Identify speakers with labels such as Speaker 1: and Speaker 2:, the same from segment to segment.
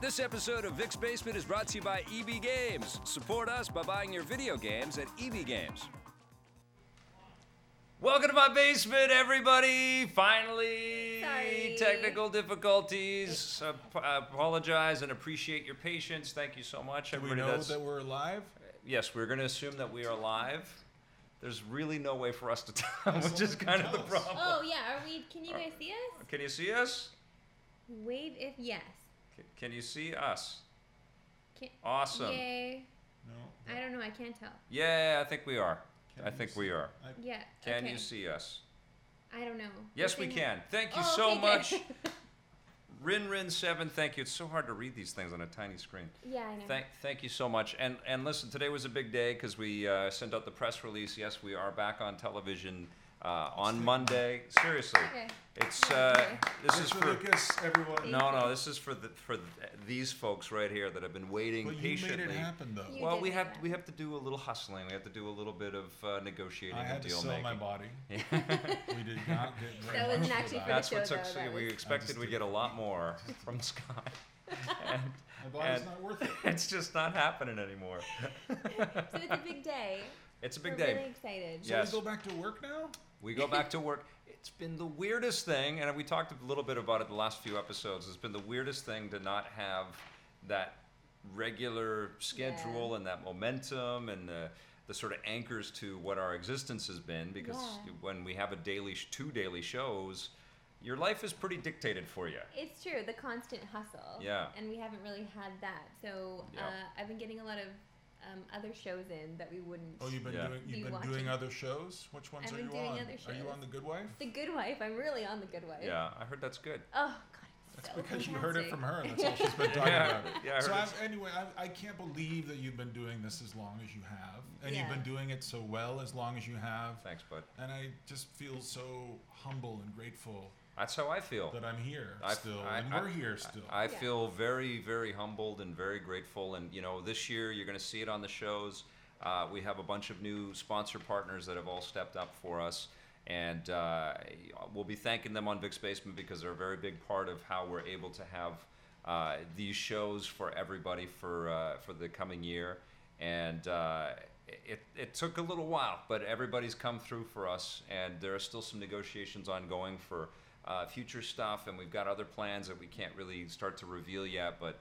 Speaker 1: This episode of Vic's Basement is brought to you by EB Games. Support us by buying your video games at EB Games. Welcome to my basement, everybody. Finally,
Speaker 2: Sorry.
Speaker 1: technical difficulties. I ap- I apologize and appreciate your patience. Thank you so much,
Speaker 3: Do we
Speaker 1: everybody.
Speaker 3: know
Speaker 1: that's-
Speaker 3: that we're alive?
Speaker 1: yes, we're going to assume that we are live. There's really no way for us to tell, which is kind of the
Speaker 3: tell us.
Speaker 1: problem.
Speaker 2: Oh yeah, are we? Can you guys see us?
Speaker 1: Can you see us?
Speaker 2: Wave if yes.
Speaker 1: C- Can you see us?
Speaker 2: Can-
Speaker 1: Awesome.
Speaker 2: Yay!
Speaker 3: No.
Speaker 2: I don't know. I can't tell.
Speaker 1: Yeah, I think we are.
Speaker 3: Can
Speaker 1: I
Speaker 3: you
Speaker 1: think
Speaker 3: see-
Speaker 1: we are.
Speaker 3: I-
Speaker 2: Yeah.
Speaker 1: Can
Speaker 2: okay.
Speaker 1: you see us?
Speaker 2: I don't know. Oh,
Speaker 1: Yes, we can. Thank you so much, Rin Rin Seven. Thank you. It's so hard to read these things on a tiny screen.
Speaker 2: yeah, I know.
Speaker 1: Thank, thank you so much. And and listen, today was a big day because we uh, sent out the press release. Yes, we are back on television uh, on Monday. Seriously,
Speaker 2: Okay.
Speaker 1: it's uh,
Speaker 2: Okay.
Speaker 1: this is
Speaker 3: Mr.
Speaker 1: for
Speaker 3: Lucas, everyone.
Speaker 1: no, no. This is for the for th these folks right here that have been waiting
Speaker 3: But you made
Speaker 1: patiently.
Speaker 3: it happen, though.
Speaker 2: You
Speaker 1: well,
Speaker 2: did
Speaker 1: we
Speaker 2: make
Speaker 1: have
Speaker 2: it
Speaker 1: we have to do a little hustling. We have to do a little bit of uh, negotiating
Speaker 3: I
Speaker 1: and
Speaker 3: had to
Speaker 1: deal
Speaker 3: sell
Speaker 1: making.
Speaker 3: my body. we did not get very
Speaker 2: That wasn't
Speaker 3: much for
Speaker 2: actually
Speaker 3: that.
Speaker 2: for the
Speaker 1: That's what
Speaker 2: show,
Speaker 1: took.
Speaker 2: though, that
Speaker 1: we
Speaker 2: was-
Speaker 1: expected
Speaker 3: just
Speaker 1: we'd
Speaker 3: did-
Speaker 1: get a lot more from Sky. and
Speaker 3: My body's
Speaker 1: and-
Speaker 3: not worth it.
Speaker 1: it's just not happening anymore.
Speaker 2: So it's a big day.
Speaker 1: It's a big
Speaker 2: We're
Speaker 1: day.
Speaker 2: Oh, Really excited.
Speaker 1: Yeah. Yes.
Speaker 3: So we go back to work now?
Speaker 1: We go back to work. It's been the weirdest thing, and we talked a little bit about it the last few episodes. It's been the weirdest thing to not have that regular schedule and that momentum and the, the sort of anchors to what our existence has been. Because
Speaker 2: Yeah.
Speaker 1: when we have a daily, sh- two daily shows, your life is pretty dictated for you.
Speaker 2: It's true. The constant hustle.
Speaker 1: Yeah.
Speaker 2: And we haven't really had that. So
Speaker 1: Yeah.
Speaker 2: uh, I've been getting a lot of um, other shows in that we wouldn't.
Speaker 3: Oh, you've been
Speaker 1: Yeah.
Speaker 3: doing
Speaker 2: Be
Speaker 3: you've been
Speaker 2: watching.
Speaker 3: doing other shows. Which ones
Speaker 2: I've
Speaker 3: are
Speaker 2: been
Speaker 3: you
Speaker 2: doing
Speaker 3: on?
Speaker 2: other
Speaker 3: Are you
Speaker 2: shows.
Speaker 3: on The Good Wife?
Speaker 2: The Good Wife. I'm really on The Good Wife.
Speaker 1: Yeah, I heard that's good.
Speaker 2: Oh God. It's
Speaker 3: That's
Speaker 2: so
Speaker 3: because you heard
Speaker 2: fantastic.
Speaker 3: it from her. and That's all she's been talking
Speaker 1: Yeah,
Speaker 3: about.
Speaker 1: yeah, I heard
Speaker 3: so
Speaker 1: it's-
Speaker 3: I've, anyway, I, I can't believe that you've been doing this as long as you have, and
Speaker 2: Yeah.
Speaker 3: you've been doing it so well as long as you have.
Speaker 1: Thanks, bud.
Speaker 3: And I just feel so humble and grateful
Speaker 1: That's how I feel.
Speaker 3: that I'm here
Speaker 1: I-
Speaker 3: still,
Speaker 1: I-
Speaker 3: and
Speaker 1: I-
Speaker 3: we're here still.
Speaker 1: I
Speaker 2: Yeah.
Speaker 1: feel very, very humbled and very grateful. And you know, this year you're going to see it on the shows. Uh, we have a bunch of new sponsor partners that have all stepped up for us, and uh, we'll be thanking them on Vic's Basement because they're a very big part of how we're able to have uh, these shows for everybody for uh, for the coming year. And uh, it, it took a little while, but everybody's come through for us, and there are still some negotiations ongoing for uh, future stuff, and we've got other plans that we can't really start to reveal yet, but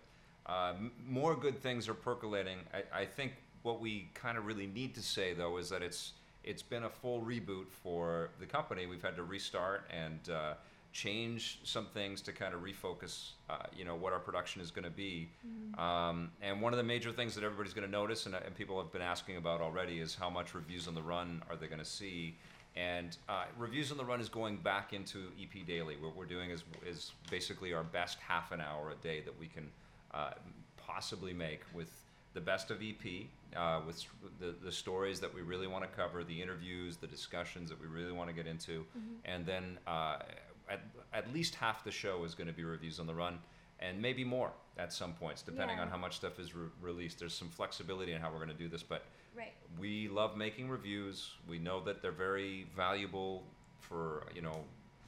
Speaker 1: uh, m- more good things are percolating. I, I think what we kind of really need to say though is that it's it's been a full reboot for the company. We've had to restart and uh, change some things to kind of refocus, uh, you know, what our production is going to be. Um, and one of the major things that everybody's going to notice, and, uh, and people have been asking about already, is how much reviews on the run are they going to see. And uh, reviews on the run is going back into EP Daily. What we're doing is is basically our best half an hour a day that we can uh, possibly make with the best of EP, uh, with s- the, the stories that we really want to cover, the interviews, the discussions that we really want to get into, and then uh, at, at least half the show is going to be reviews on the run, and maybe more at some points, depending
Speaker 2: Yeah.
Speaker 1: on how much stuff is re- released. There's some flexibility in how we're going to do this, but
Speaker 2: Right.
Speaker 1: we love making reviews. We know that they're very valuable for you know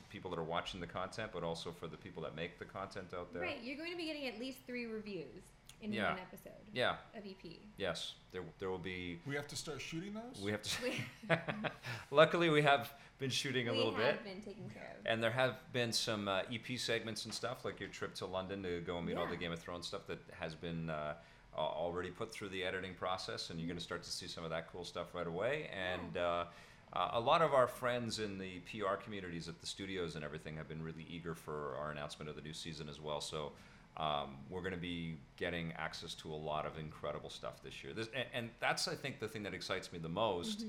Speaker 1: people that are watching the content, but also for the people that make the content out there.
Speaker 2: Right, you're going to be getting at least three reviews in
Speaker 1: Yeah.
Speaker 2: one episode
Speaker 1: Yeah.
Speaker 2: of E EP.
Speaker 1: Yes. There, there will be.
Speaker 3: we have to start shooting those.
Speaker 1: We have to.
Speaker 2: We,
Speaker 1: Luckily, we have been shooting a
Speaker 2: we
Speaker 1: little
Speaker 2: have
Speaker 1: bit,
Speaker 2: been taken care of.
Speaker 1: and there have been some uh, EP segments and stuff, like your trip to London to go and meet all the
Speaker 2: Yeah.
Speaker 1: Game of Thrones stuff that has been uh, a- already put through the editing process, and you're going to start to see some of that cool stuff right away. And uh, uh, a lot of our friends in the PR communities at the studios and everything have been really eager for our announcement of the new season as well. So. Um, we're going to be getting access to a lot of incredible stuff this year. This, and, and that's, I think, the thing that excites me the most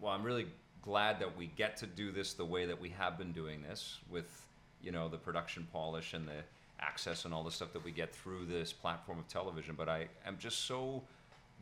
Speaker 1: well, I'm really glad that we get to do this the way that we have been doing this with, you know, the production polish and the access and all the stuff that we get through this platform of television. But I am just so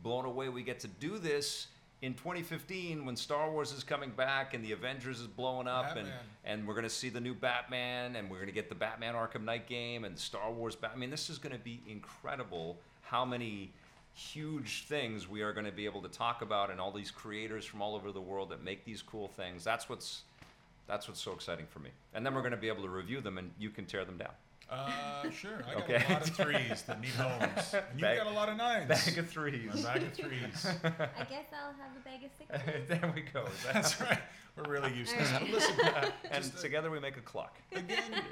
Speaker 1: blown away we get to do this in 2015 when Star Wars is coming back and the Avengers is blowing up and
Speaker 3: Batman.
Speaker 1: and we're gonna see the new Batman, and we're gonna get the Batman Arkham Knight game and Star Wars. Bat- I mean, this is gonna be incredible. How many huge things we are gonna be able to talk about, and all these creators from all over the world that make these cool things. That's what's That's what's so exciting for me. And then we're going to be able to review them, and you can tear them down.
Speaker 3: Uh, sure. I got
Speaker 1: Okay.
Speaker 3: a lot of threes that need homes, and you've
Speaker 1: Bag-
Speaker 3: got a lot of nines.
Speaker 1: Bag of
Speaker 3: A
Speaker 1: threes.
Speaker 3: bag of threes.
Speaker 2: I guess I'll have a bag of sixes.
Speaker 1: there we go.
Speaker 3: That's right. We're really useless.
Speaker 2: All right.
Speaker 3: But listen,
Speaker 1: and
Speaker 3: Just, uh,
Speaker 1: together we make a clock.
Speaker 3: again,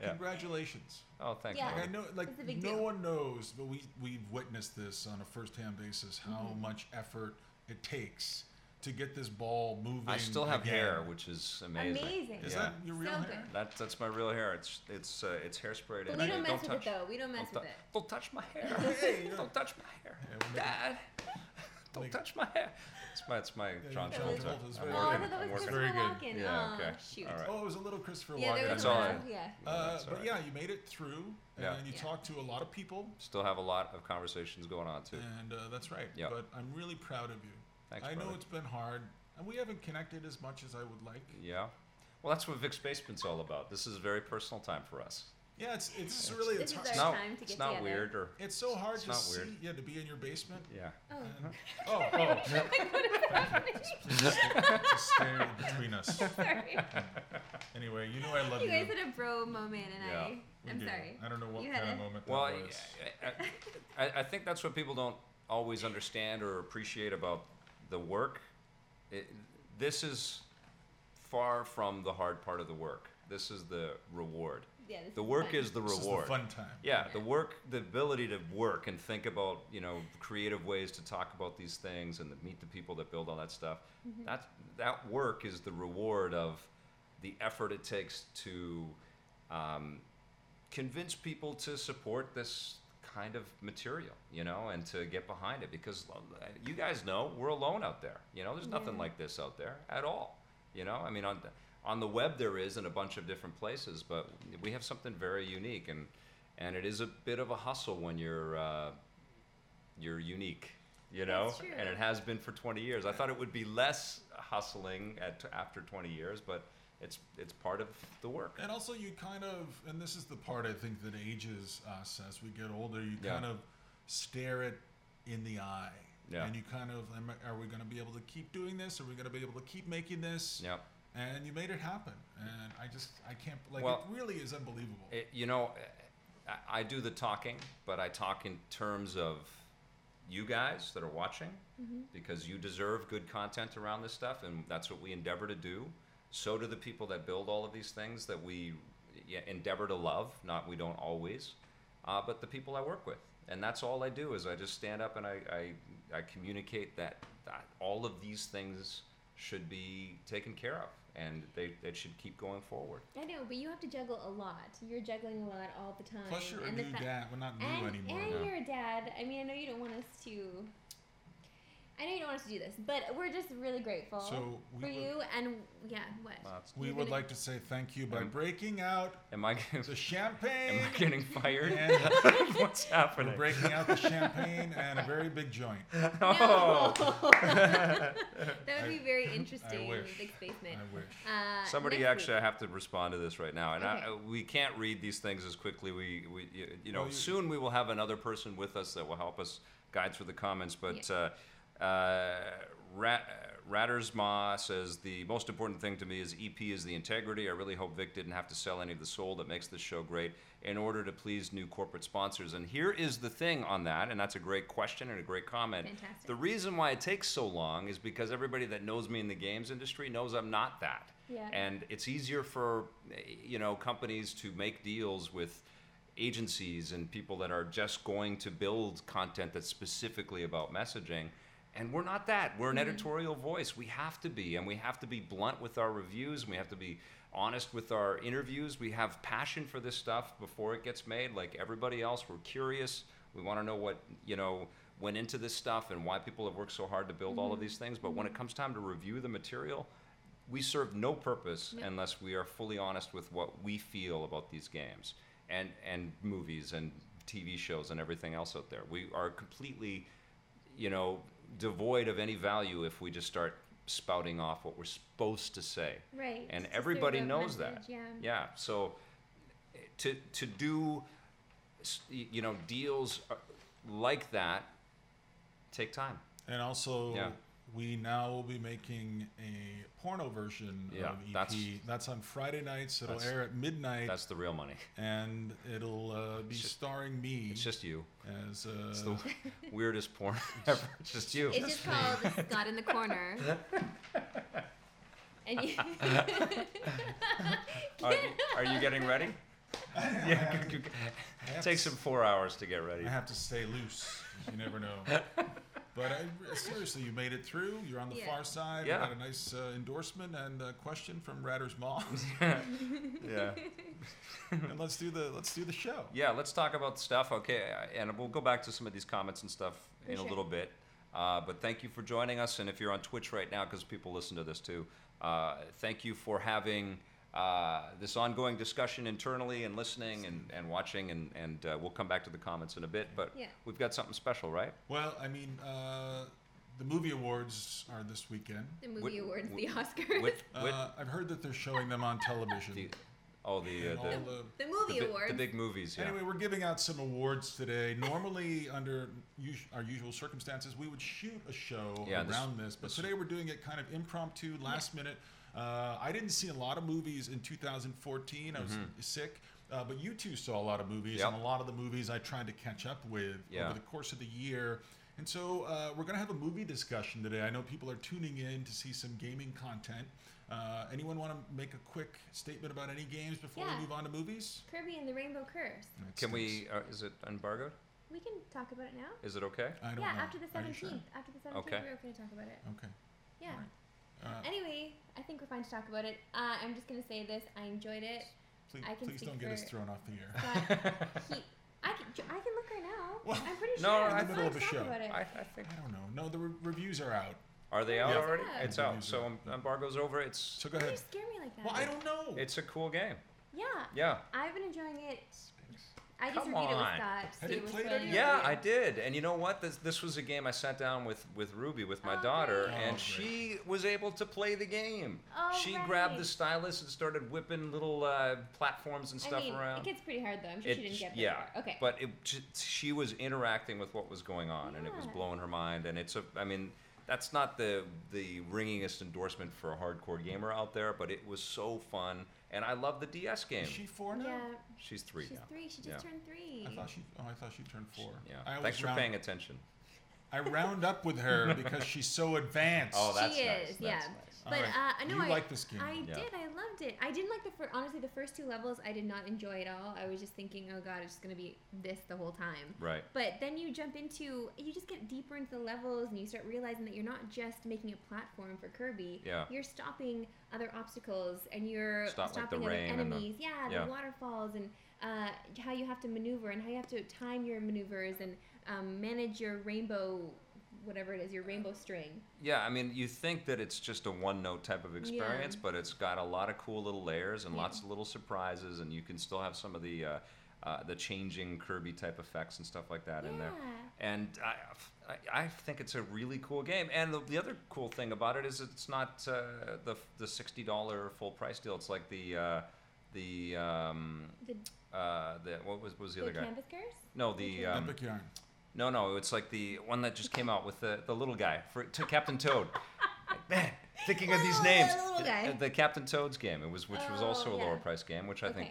Speaker 1: Yeah.
Speaker 3: congratulations.
Speaker 1: Oh, thanks.
Speaker 2: Yeah.
Speaker 1: Marty.
Speaker 3: Like, I know, like
Speaker 2: It's a big
Speaker 3: no
Speaker 2: deal.
Speaker 3: one knows, but we we've witnessed this on a first-hand basis how
Speaker 2: Mm-hmm.
Speaker 3: much effort it takes to get this ball moving.
Speaker 1: I still have
Speaker 3: again.
Speaker 1: hair, which is amazing.
Speaker 2: Amazing.
Speaker 3: Is
Speaker 1: yeah.
Speaker 3: that your real
Speaker 2: So
Speaker 3: hair?
Speaker 2: good.
Speaker 1: That's that's my real hair. It's it's uh, it's hairsprayed.
Speaker 2: But
Speaker 1: and
Speaker 2: we
Speaker 1: I-
Speaker 2: don't mess with
Speaker 1: touch,
Speaker 2: it though. We don't mess
Speaker 1: don't,
Speaker 2: with
Speaker 1: tou-
Speaker 2: it.
Speaker 1: don't touch my hair.
Speaker 3: Hey, yeah.
Speaker 1: Don't touch my hair.
Speaker 3: Yeah, we're making-
Speaker 1: Dad, don't
Speaker 3: Like-
Speaker 1: touch my hair. It's my it's my
Speaker 3: you're
Speaker 1: John
Speaker 2: John
Speaker 1: Travolta.
Speaker 3: Travolta. It's
Speaker 1: I'm
Speaker 3: very
Speaker 2: Oh, but that
Speaker 1: working- I'm
Speaker 2: was
Speaker 1: working.
Speaker 2: Christopher
Speaker 3: Very
Speaker 2: Walken.
Speaker 1: good. Yeah,
Speaker 2: oh,
Speaker 1: okay.
Speaker 2: shoot.
Speaker 1: All right.
Speaker 3: Oh, it was a little Christopher
Speaker 2: Yeah,
Speaker 3: Walken.
Speaker 2: there was
Speaker 1: That's
Speaker 2: a
Speaker 1: all
Speaker 2: lot.
Speaker 1: I
Speaker 2: of- Yeah.
Speaker 1: Yeah,
Speaker 3: Uh,
Speaker 1: that's all
Speaker 3: but
Speaker 1: right.
Speaker 3: yeah, you made it through, and
Speaker 1: Yeah.
Speaker 3: you
Speaker 2: Yeah.
Speaker 3: talked to a lot of people,
Speaker 1: Still have a lot of conversations going on too.
Speaker 3: and uh, that's right.
Speaker 1: Yeah.
Speaker 3: But I'm really proud of you.
Speaker 1: Thanks,
Speaker 3: I know
Speaker 1: brother.
Speaker 3: it's been hard, and we haven't connected as much as I would like.
Speaker 1: Yeah. Well, that's what Vic's Basement's all about. This is a very personal time for us.
Speaker 3: Yeah, it's it's really
Speaker 2: This
Speaker 3: it's
Speaker 2: is
Speaker 3: hard.
Speaker 1: It's
Speaker 2: our
Speaker 1: not,
Speaker 2: time to
Speaker 1: it's
Speaker 2: get
Speaker 1: not
Speaker 2: together.
Speaker 1: weird or
Speaker 3: It's so hard
Speaker 1: It's
Speaker 3: to
Speaker 1: not
Speaker 3: see,
Speaker 1: weird.
Speaker 3: yeah, to be in your basement.
Speaker 1: yeah.
Speaker 2: Oh,
Speaker 3: And- oh, oh, just staring between us.
Speaker 2: sorry.
Speaker 3: Anyway, you know I love you.
Speaker 2: You guys had a bro moment, and
Speaker 1: Yeah,
Speaker 3: We
Speaker 2: I. I'm
Speaker 3: do.
Speaker 2: sorry.
Speaker 3: I don't know what
Speaker 2: You had
Speaker 3: kind of
Speaker 2: a-
Speaker 3: moment that
Speaker 1: Well, I,
Speaker 3: was.
Speaker 1: I, I- I think that's what people don't always understand or appreciate about the work. It, this is far from the hard part of the work. This is the reward.
Speaker 2: Yeah, this
Speaker 1: The work
Speaker 2: fun.
Speaker 1: is the
Speaker 3: This is
Speaker 1: reward.
Speaker 3: the fun time.
Speaker 1: Yeah, the work, the ability to work and think about, you know, creative ways to talk about these things and to meet the people that build all that stuff.
Speaker 3: Mm-hmm.
Speaker 1: That that work is the reward of the effort it takes to um, convince people to support this kind of material, you know, and to get behind it because lo- you guys know we're alone out there. You know, there's nothing
Speaker 2: Yeah.
Speaker 1: like this out there at all. You know, I mean on the, on the web there is in a bunch of different places, but we have something very unique and and it is a bit of a hustle when you're uh, you're unique, you know,
Speaker 2: That's true.
Speaker 1: and it has been for 20 years. I thought it would be less hustling at after 20 years, but it's it's part of the work.
Speaker 3: And also, you kind of, and this is the part I think that ages us as we get older, you
Speaker 1: Yeah.
Speaker 3: kind of stare it in the eye.
Speaker 1: Yeah.
Speaker 3: And you kind of, am I- are we going to be able to keep doing this? Are we going to be able to keep making this?
Speaker 1: Yeah.
Speaker 3: And you made it happen. And I just, I can't, like,
Speaker 1: Well,
Speaker 3: it really is unbelievable.
Speaker 1: It, Eh, you know, eh, I, I do the talking, but I talk in terms of you guys that are watching because you deserve good content around this stuff, and that's what we endeavor to do. So do the people that build all of these things that we yeah, endeavor to love. Not we don't always, uh, but the people I work with, and that's all I do is I just stand up and I I, I communicate that, that all of these things should be taken care of, and they, they should keep going forward.
Speaker 2: I know, but you have to juggle a lot. You're juggling a lot all the time.
Speaker 3: Plus, you're a
Speaker 2: and the
Speaker 3: new
Speaker 2: fa-
Speaker 3: dad. Well, not new
Speaker 2: and,
Speaker 3: anymore.
Speaker 2: and
Speaker 1: Yeah.
Speaker 2: you're a dad. I mean, I know you don't want us to. I know you don't want us to do this, but we're just really grateful
Speaker 3: So we
Speaker 2: for
Speaker 3: would-
Speaker 2: you. And yeah, what?
Speaker 1: That's-
Speaker 3: we
Speaker 2: You're
Speaker 3: would
Speaker 2: gonna-
Speaker 3: like to say thank you by
Speaker 1: Um,
Speaker 3: breaking out
Speaker 1: Am I?
Speaker 3: the
Speaker 1: Am
Speaker 3: champagne.
Speaker 1: I getting fired?
Speaker 3: and
Speaker 1: What's happening?
Speaker 3: we're breaking out the champagne and a very big joint.
Speaker 1: Oh.
Speaker 2: No. that would be very interesting.
Speaker 3: wish.
Speaker 2: Big
Speaker 3: I
Speaker 2: basement.
Speaker 3: wish.
Speaker 2: Uh,
Speaker 1: Somebody
Speaker 2: next
Speaker 1: actually, I have to respond to this right now, and I, uh,
Speaker 2: Okay.
Speaker 1: we can't read these things as quickly. We, we, you, you know,
Speaker 3: Well, you-
Speaker 1: soon we will have another person with us that will help us guide through the comments. But uh, uh, Ra- Rattersma says the most important thing to me is EP is the integrity. I really hope Vic didn't have to sell any of the soul that makes this show great in order to please new corporate sponsors. And here is the thing on that, and that's a great question and a great comment.
Speaker 2: Fantastic.
Speaker 1: The reason why it takes so long is because everybody that knows me in the games industry knows I'm not that.
Speaker 2: Yeah.
Speaker 1: And it's easier for eh, you know companies to make deals with agencies and people that are just going to build content that's specifically about messaging. And we're not that. We're an editorial voice. We have to be, and we have to be blunt with our reviews, and we have to be honest with our interviews. We have passion for this stuff before it gets made. Like everybody else, we're curious. We want to know what you know went into this stuff and why people have worked so hard to build all of these things. But when it comes time to review the material, we serve no purpose
Speaker 2: No.
Speaker 1: unless we are fully honest with what we feel about these games and and movies and TV shows and everything else out there. We are completely, you know, devoid of any value if we just start spouting off what we're supposed to say.
Speaker 2: Right.
Speaker 1: And
Speaker 2: to serve
Speaker 1: everybody
Speaker 2: that
Speaker 1: knows that.
Speaker 2: message, Yeah.
Speaker 1: Yeah. So eh, to to do s- y- you know deals uh, like that take time.
Speaker 3: And also,
Speaker 1: Yeah.
Speaker 3: we now will be making a porno version
Speaker 1: Yeah,
Speaker 3: of EP. That's,
Speaker 1: that's-
Speaker 3: on Friday nights. It'll
Speaker 1: That's-
Speaker 3: air at midnight,
Speaker 1: That's the real money.
Speaker 3: and it'll uh, be
Speaker 1: It's just-
Speaker 3: starring me
Speaker 1: It's just you.
Speaker 3: as uh,
Speaker 1: It's the weirdest porn ever. It's just you.
Speaker 2: It's just called Scott in the Corner. and you
Speaker 1: Are, are you getting ready? Yeah.
Speaker 3: have
Speaker 1: g- g-
Speaker 3: I have to
Speaker 1: Takes him four hours to get ready.
Speaker 3: I have to stay loose. 'cause You never know. But I, seriously, you made it through. You're on the
Speaker 2: Yeah.
Speaker 3: far side.
Speaker 1: Yeah.
Speaker 3: We got a nice uh, endorsement and a question from Ratter's mom.
Speaker 1: Yeah.
Speaker 3: and let's do the let's do the show.
Speaker 1: Yeah, let's talk about stuff, okay? uh, And we'll go back to some of these comments and stuff
Speaker 2: For
Speaker 1: in a
Speaker 2: sure.
Speaker 1: little bit. Uh, but thank you for joining us. And if you're on Twitch right now, because people listen to this too, uh, thank you for having uh, this ongoing discussion internally and listening and, and watching. And, and uh, we'll come back to the comments in a bit. But
Speaker 2: Yeah.
Speaker 1: we've got something special, right?
Speaker 3: Well, I mean, uh, the movie awards are this weekend.
Speaker 2: the movie
Speaker 1: Whit-
Speaker 2: awards,
Speaker 1: Whit-
Speaker 2: the Oscars.
Speaker 1: Whit- Whit-
Speaker 3: Uh, I've heard that they're showing them on television.
Speaker 1: the, oh, the,
Speaker 3: and
Speaker 1: uh, the,
Speaker 3: all the-
Speaker 2: the
Speaker 1: the,
Speaker 2: movie
Speaker 1: bi-
Speaker 2: awards.
Speaker 1: the big movies, yeah.
Speaker 3: Anyway, we're giving out some awards today. Normally, under us- our usual circumstances, we would shoot a show
Speaker 1: Yeah, this-
Speaker 3: around this, but
Speaker 1: this-
Speaker 3: today we're doing it kind of impromptu, last minute. Uh, I didn't see a lot of movies in 2014. I was sick, uh, but you two saw a lot of movies,
Speaker 1: Mm-hmm. Yep.
Speaker 3: and a lot of the movies I tried to catch up with
Speaker 1: Yeah.
Speaker 3: over the course of the year. And so uh, we're going to have a movie discussion today. I know people are tuning in to see some gaming content. Uh, anyone want to make a quick statement about any games before
Speaker 2: Yeah.
Speaker 3: we move on to movies?
Speaker 2: Kirby and the Rainbow Curse.
Speaker 3: That
Speaker 1: Can
Speaker 3: stinks.
Speaker 1: we, uh, is it embargoed?
Speaker 2: We can talk about it now.
Speaker 1: Is it okay?
Speaker 3: I don't
Speaker 2: yeah,
Speaker 3: know.
Speaker 2: after the
Speaker 3: Are you sure?
Speaker 2: seventeenth. After the seventeenth,
Speaker 1: Okay.
Speaker 2: we're going to talk about it.
Speaker 3: Okay.
Speaker 2: Yeah.
Speaker 3: Alright. Uh,
Speaker 2: Anyway, I think we're fine to talk about it. Uh, I'm just going to say this. I enjoyed it.
Speaker 3: please
Speaker 2: I can
Speaker 3: please
Speaker 2: speak
Speaker 3: don't get us
Speaker 2: for-
Speaker 3: thrown off the air.
Speaker 2: But he, I, can, I can look right now.
Speaker 3: Well,
Speaker 2: I'm pretty
Speaker 1: no,
Speaker 2: sure.
Speaker 1: in the
Speaker 2: I'm
Speaker 3: middle
Speaker 2: fine to
Speaker 3: of a
Speaker 2: talk
Speaker 3: show.
Speaker 2: about it.
Speaker 1: I, I think
Speaker 3: I don't know. No, the re- reviews are out.
Speaker 1: Are they out
Speaker 3: Yeah.
Speaker 1: already?
Speaker 2: Yeah.
Speaker 1: It's
Speaker 3: Yeah.
Speaker 1: out. So em- embargo's over. It's
Speaker 3: So go
Speaker 2: Why do
Speaker 3: ahead.
Speaker 2: you scare me like that?
Speaker 3: Well, I don't know.
Speaker 1: it's a cool game.
Speaker 2: Yeah,
Speaker 1: Yeah.
Speaker 2: I've been enjoying it. I just
Speaker 1: Come
Speaker 2: reviewed it with
Speaker 1: on.
Speaker 2: Scott.
Speaker 3: Have
Speaker 2: so
Speaker 3: you
Speaker 2: it was
Speaker 3: played
Speaker 2: really
Speaker 3: any?
Speaker 1: Yeah, I
Speaker 2: good.
Speaker 1: did. And you know what? This this was a game I sat down with with Ruby with my
Speaker 2: Oh,
Speaker 1: daughter
Speaker 2: great.
Speaker 1: and
Speaker 3: Oh,
Speaker 1: she was able to play the game.
Speaker 2: Oh,
Speaker 1: she grabbed the
Speaker 2: right.
Speaker 1: stylus and started whipping little uh, platforms and stuff
Speaker 2: I mean,
Speaker 1: around.
Speaker 2: it gets pretty hard though. I'm sure she
Speaker 1: It-
Speaker 2: didn't get that
Speaker 1: yeah,
Speaker 2: far. Okay.
Speaker 1: But it, j- she was interacting with what was going on, and it was
Speaker 2: Yeah.
Speaker 1: blowing her mind. And it's a, I mean, that's not the the ringingest endorsement for a hardcore gamer out there, but it was so fun, and I love the DS game.
Speaker 3: Is she four now?
Speaker 2: yeah,
Speaker 1: She's three
Speaker 2: she's
Speaker 1: now.
Speaker 2: three. She just
Speaker 1: Yeah.
Speaker 2: turned three.
Speaker 3: I thought she. Oh, I thought she turned four.
Speaker 1: Yeah.
Speaker 3: I always
Speaker 1: Thanks for
Speaker 3: round,
Speaker 1: paying attention.
Speaker 3: I round up with her because she's so advanced.
Speaker 1: Oh, that's
Speaker 2: she
Speaker 1: nice.
Speaker 2: is,
Speaker 1: That's
Speaker 2: yeah.
Speaker 1: nice.
Speaker 2: But
Speaker 3: Alright,
Speaker 2: uh, I know
Speaker 3: you
Speaker 2: I
Speaker 3: like this game.
Speaker 2: I
Speaker 1: Hmm, Yeah.
Speaker 2: did. I loved it. I didn't like the first. Honestly, the first two levels I did not enjoy at all. I was just thinking, oh god, it's just gonna be this the whole time.
Speaker 1: Right.
Speaker 2: But then you jump into, you just get deeper into the levels, and you start realizing that you're not just making a platform for Kirby.
Speaker 1: Yeah.
Speaker 2: You're stopping other obstacles, and you're
Speaker 1: Stop, like, the
Speaker 2: stopping other
Speaker 1: rain and the-
Speaker 2: enemies. yeah,
Speaker 1: yeah.
Speaker 2: the waterfalls, and uh, how you have to maneuver, and how you have to time your maneuvers, and um, manage your rainbow, whatever it is, your rainbow string.
Speaker 1: Yeah, I mean, you think that it's just a one note type of experience, but it's got a lot of cool little layers and
Speaker 2: Yeah.
Speaker 1: lots of little surprises, and you can still have some of the uh, uh, the changing Kirby type effects and stuff like that in there.
Speaker 2: Yeah.
Speaker 1: And I, I, I think it's a really cool game. And the, the other cool thing about it is it's not uh, the the sixty dollar full price deal. It's like the uh, the um,
Speaker 2: The,
Speaker 1: uh, the what was what was the,
Speaker 2: the,
Speaker 1: other guy?
Speaker 2: canvas curse?
Speaker 1: No, the um,
Speaker 3: Epic yarn.
Speaker 1: no, no, it's like the one that just came out with the, the little guy for to Captain Toad. Like, Man, thinking of these
Speaker 2: Oh,
Speaker 1: names.
Speaker 2: the little guy.
Speaker 1: The, the Captain Toad's game, it was which was also
Speaker 2: Oh,
Speaker 1: a
Speaker 2: yeah.
Speaker 1: lower price game, which I think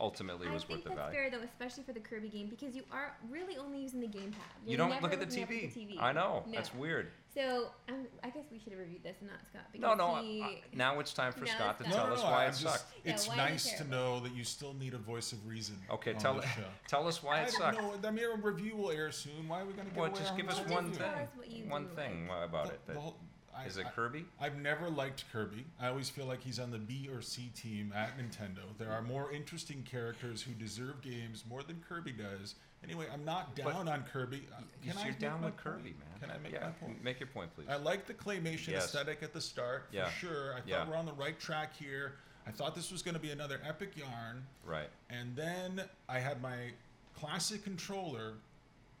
Speaker 1: ultimately
Speaker 2: I
Speaker 1: was
Speaker 2: think
Speaker 1: worth the
Speaker 2: that's
Speaker 1: value.
Speaker 2: fair though, especially for the Kirby game, because you are really only using the gamepad.
Speaker 1: You don't look at the TV. I know. That's weird.
Speaker 2: So um, I guess we should have reviewed this and not Scott.
Speaker 1: No,
Speaker 2: Because
Speaker 1: no. I-
Speaker 2: He,
Speaker 1: I- now it's time for
Speaker 2: Now
Speaker 1: Scott
Speaker 2: it's
Speaker 1: to
Speaker 2: time.
Speaker 1: tell
Speaker 2: No,
Speaker 1: us why it
Speaker 3: I'm just-
Speaker 1: sucked.
Speaker 2: Yeah,
Speaker 3: it's
Speaker 2: why is it
Speaker 3: nice to
Speaker 2: terrible?
Speaker 3: know that you still need a voice of reason.
Speaker 1: Okay,
Speaker 3: on
Speaker 1: tell
Speaker 3: this show.
Speaker 1: tell us why
Speaker 3: I
Speaker 1: it
Speaker 3: don't
Speaker 1: sucked.
Speaker 3: know. I mean, a review will air soon. Why are we going to
Speaker 1: Well,
Speaker 3: away
Speaker 1: just
Speaker 3: our
Speaker 1: give us
Speaker 2: Well,
Speaker 3: whole
Speaker 1: one
Speaker 3: review?
Speaker 2: just
Speaker 1: thing.
Speaker 2: tell us what you
Speaker 1: One
Speaker 2: do
Speaker 1: thing about
Speaker 3: The-
Speaker 1: it.
Speaker 3: the
Speaker 1: that-
Speaker 3: whole- I-
Speaker 1: Is it
Speaker 3: I-
Speaker 1: Kirby?
Speaker 3: I've never liked Kirby. I always feel like he's on the B or C team at Nintendo. There are more interesting characters who deserve games more than Kirby does. Anyway, I'm not
Speaker 1: But-
Speaker 3: down on Kirby. Uh, Can I
Speaker 1: You're
Speaker 3: make
Speaker 1: down
Speaker 3: my
Speaker 1: with Kirby,
Speaker 3: point?
Speaker 1: man.
Speaker 3: Can I make
Speaker 1: yeah,
Speaker 3: my point?
Speaker 1: Make your point, please.
Speaker 3: I like the claymation
Speaker 1: Yes.
Speaker 3: aesthetic at the start for
Speaker 1: Yeah.
Speaker 3: sure. I thought
Speaker 1: Yeah.
Speaker 3: we're on the right track here. I thought this was going to be another epic yarn.
Speaker 1: Right.
Speaker 3: And then I had my classic controller,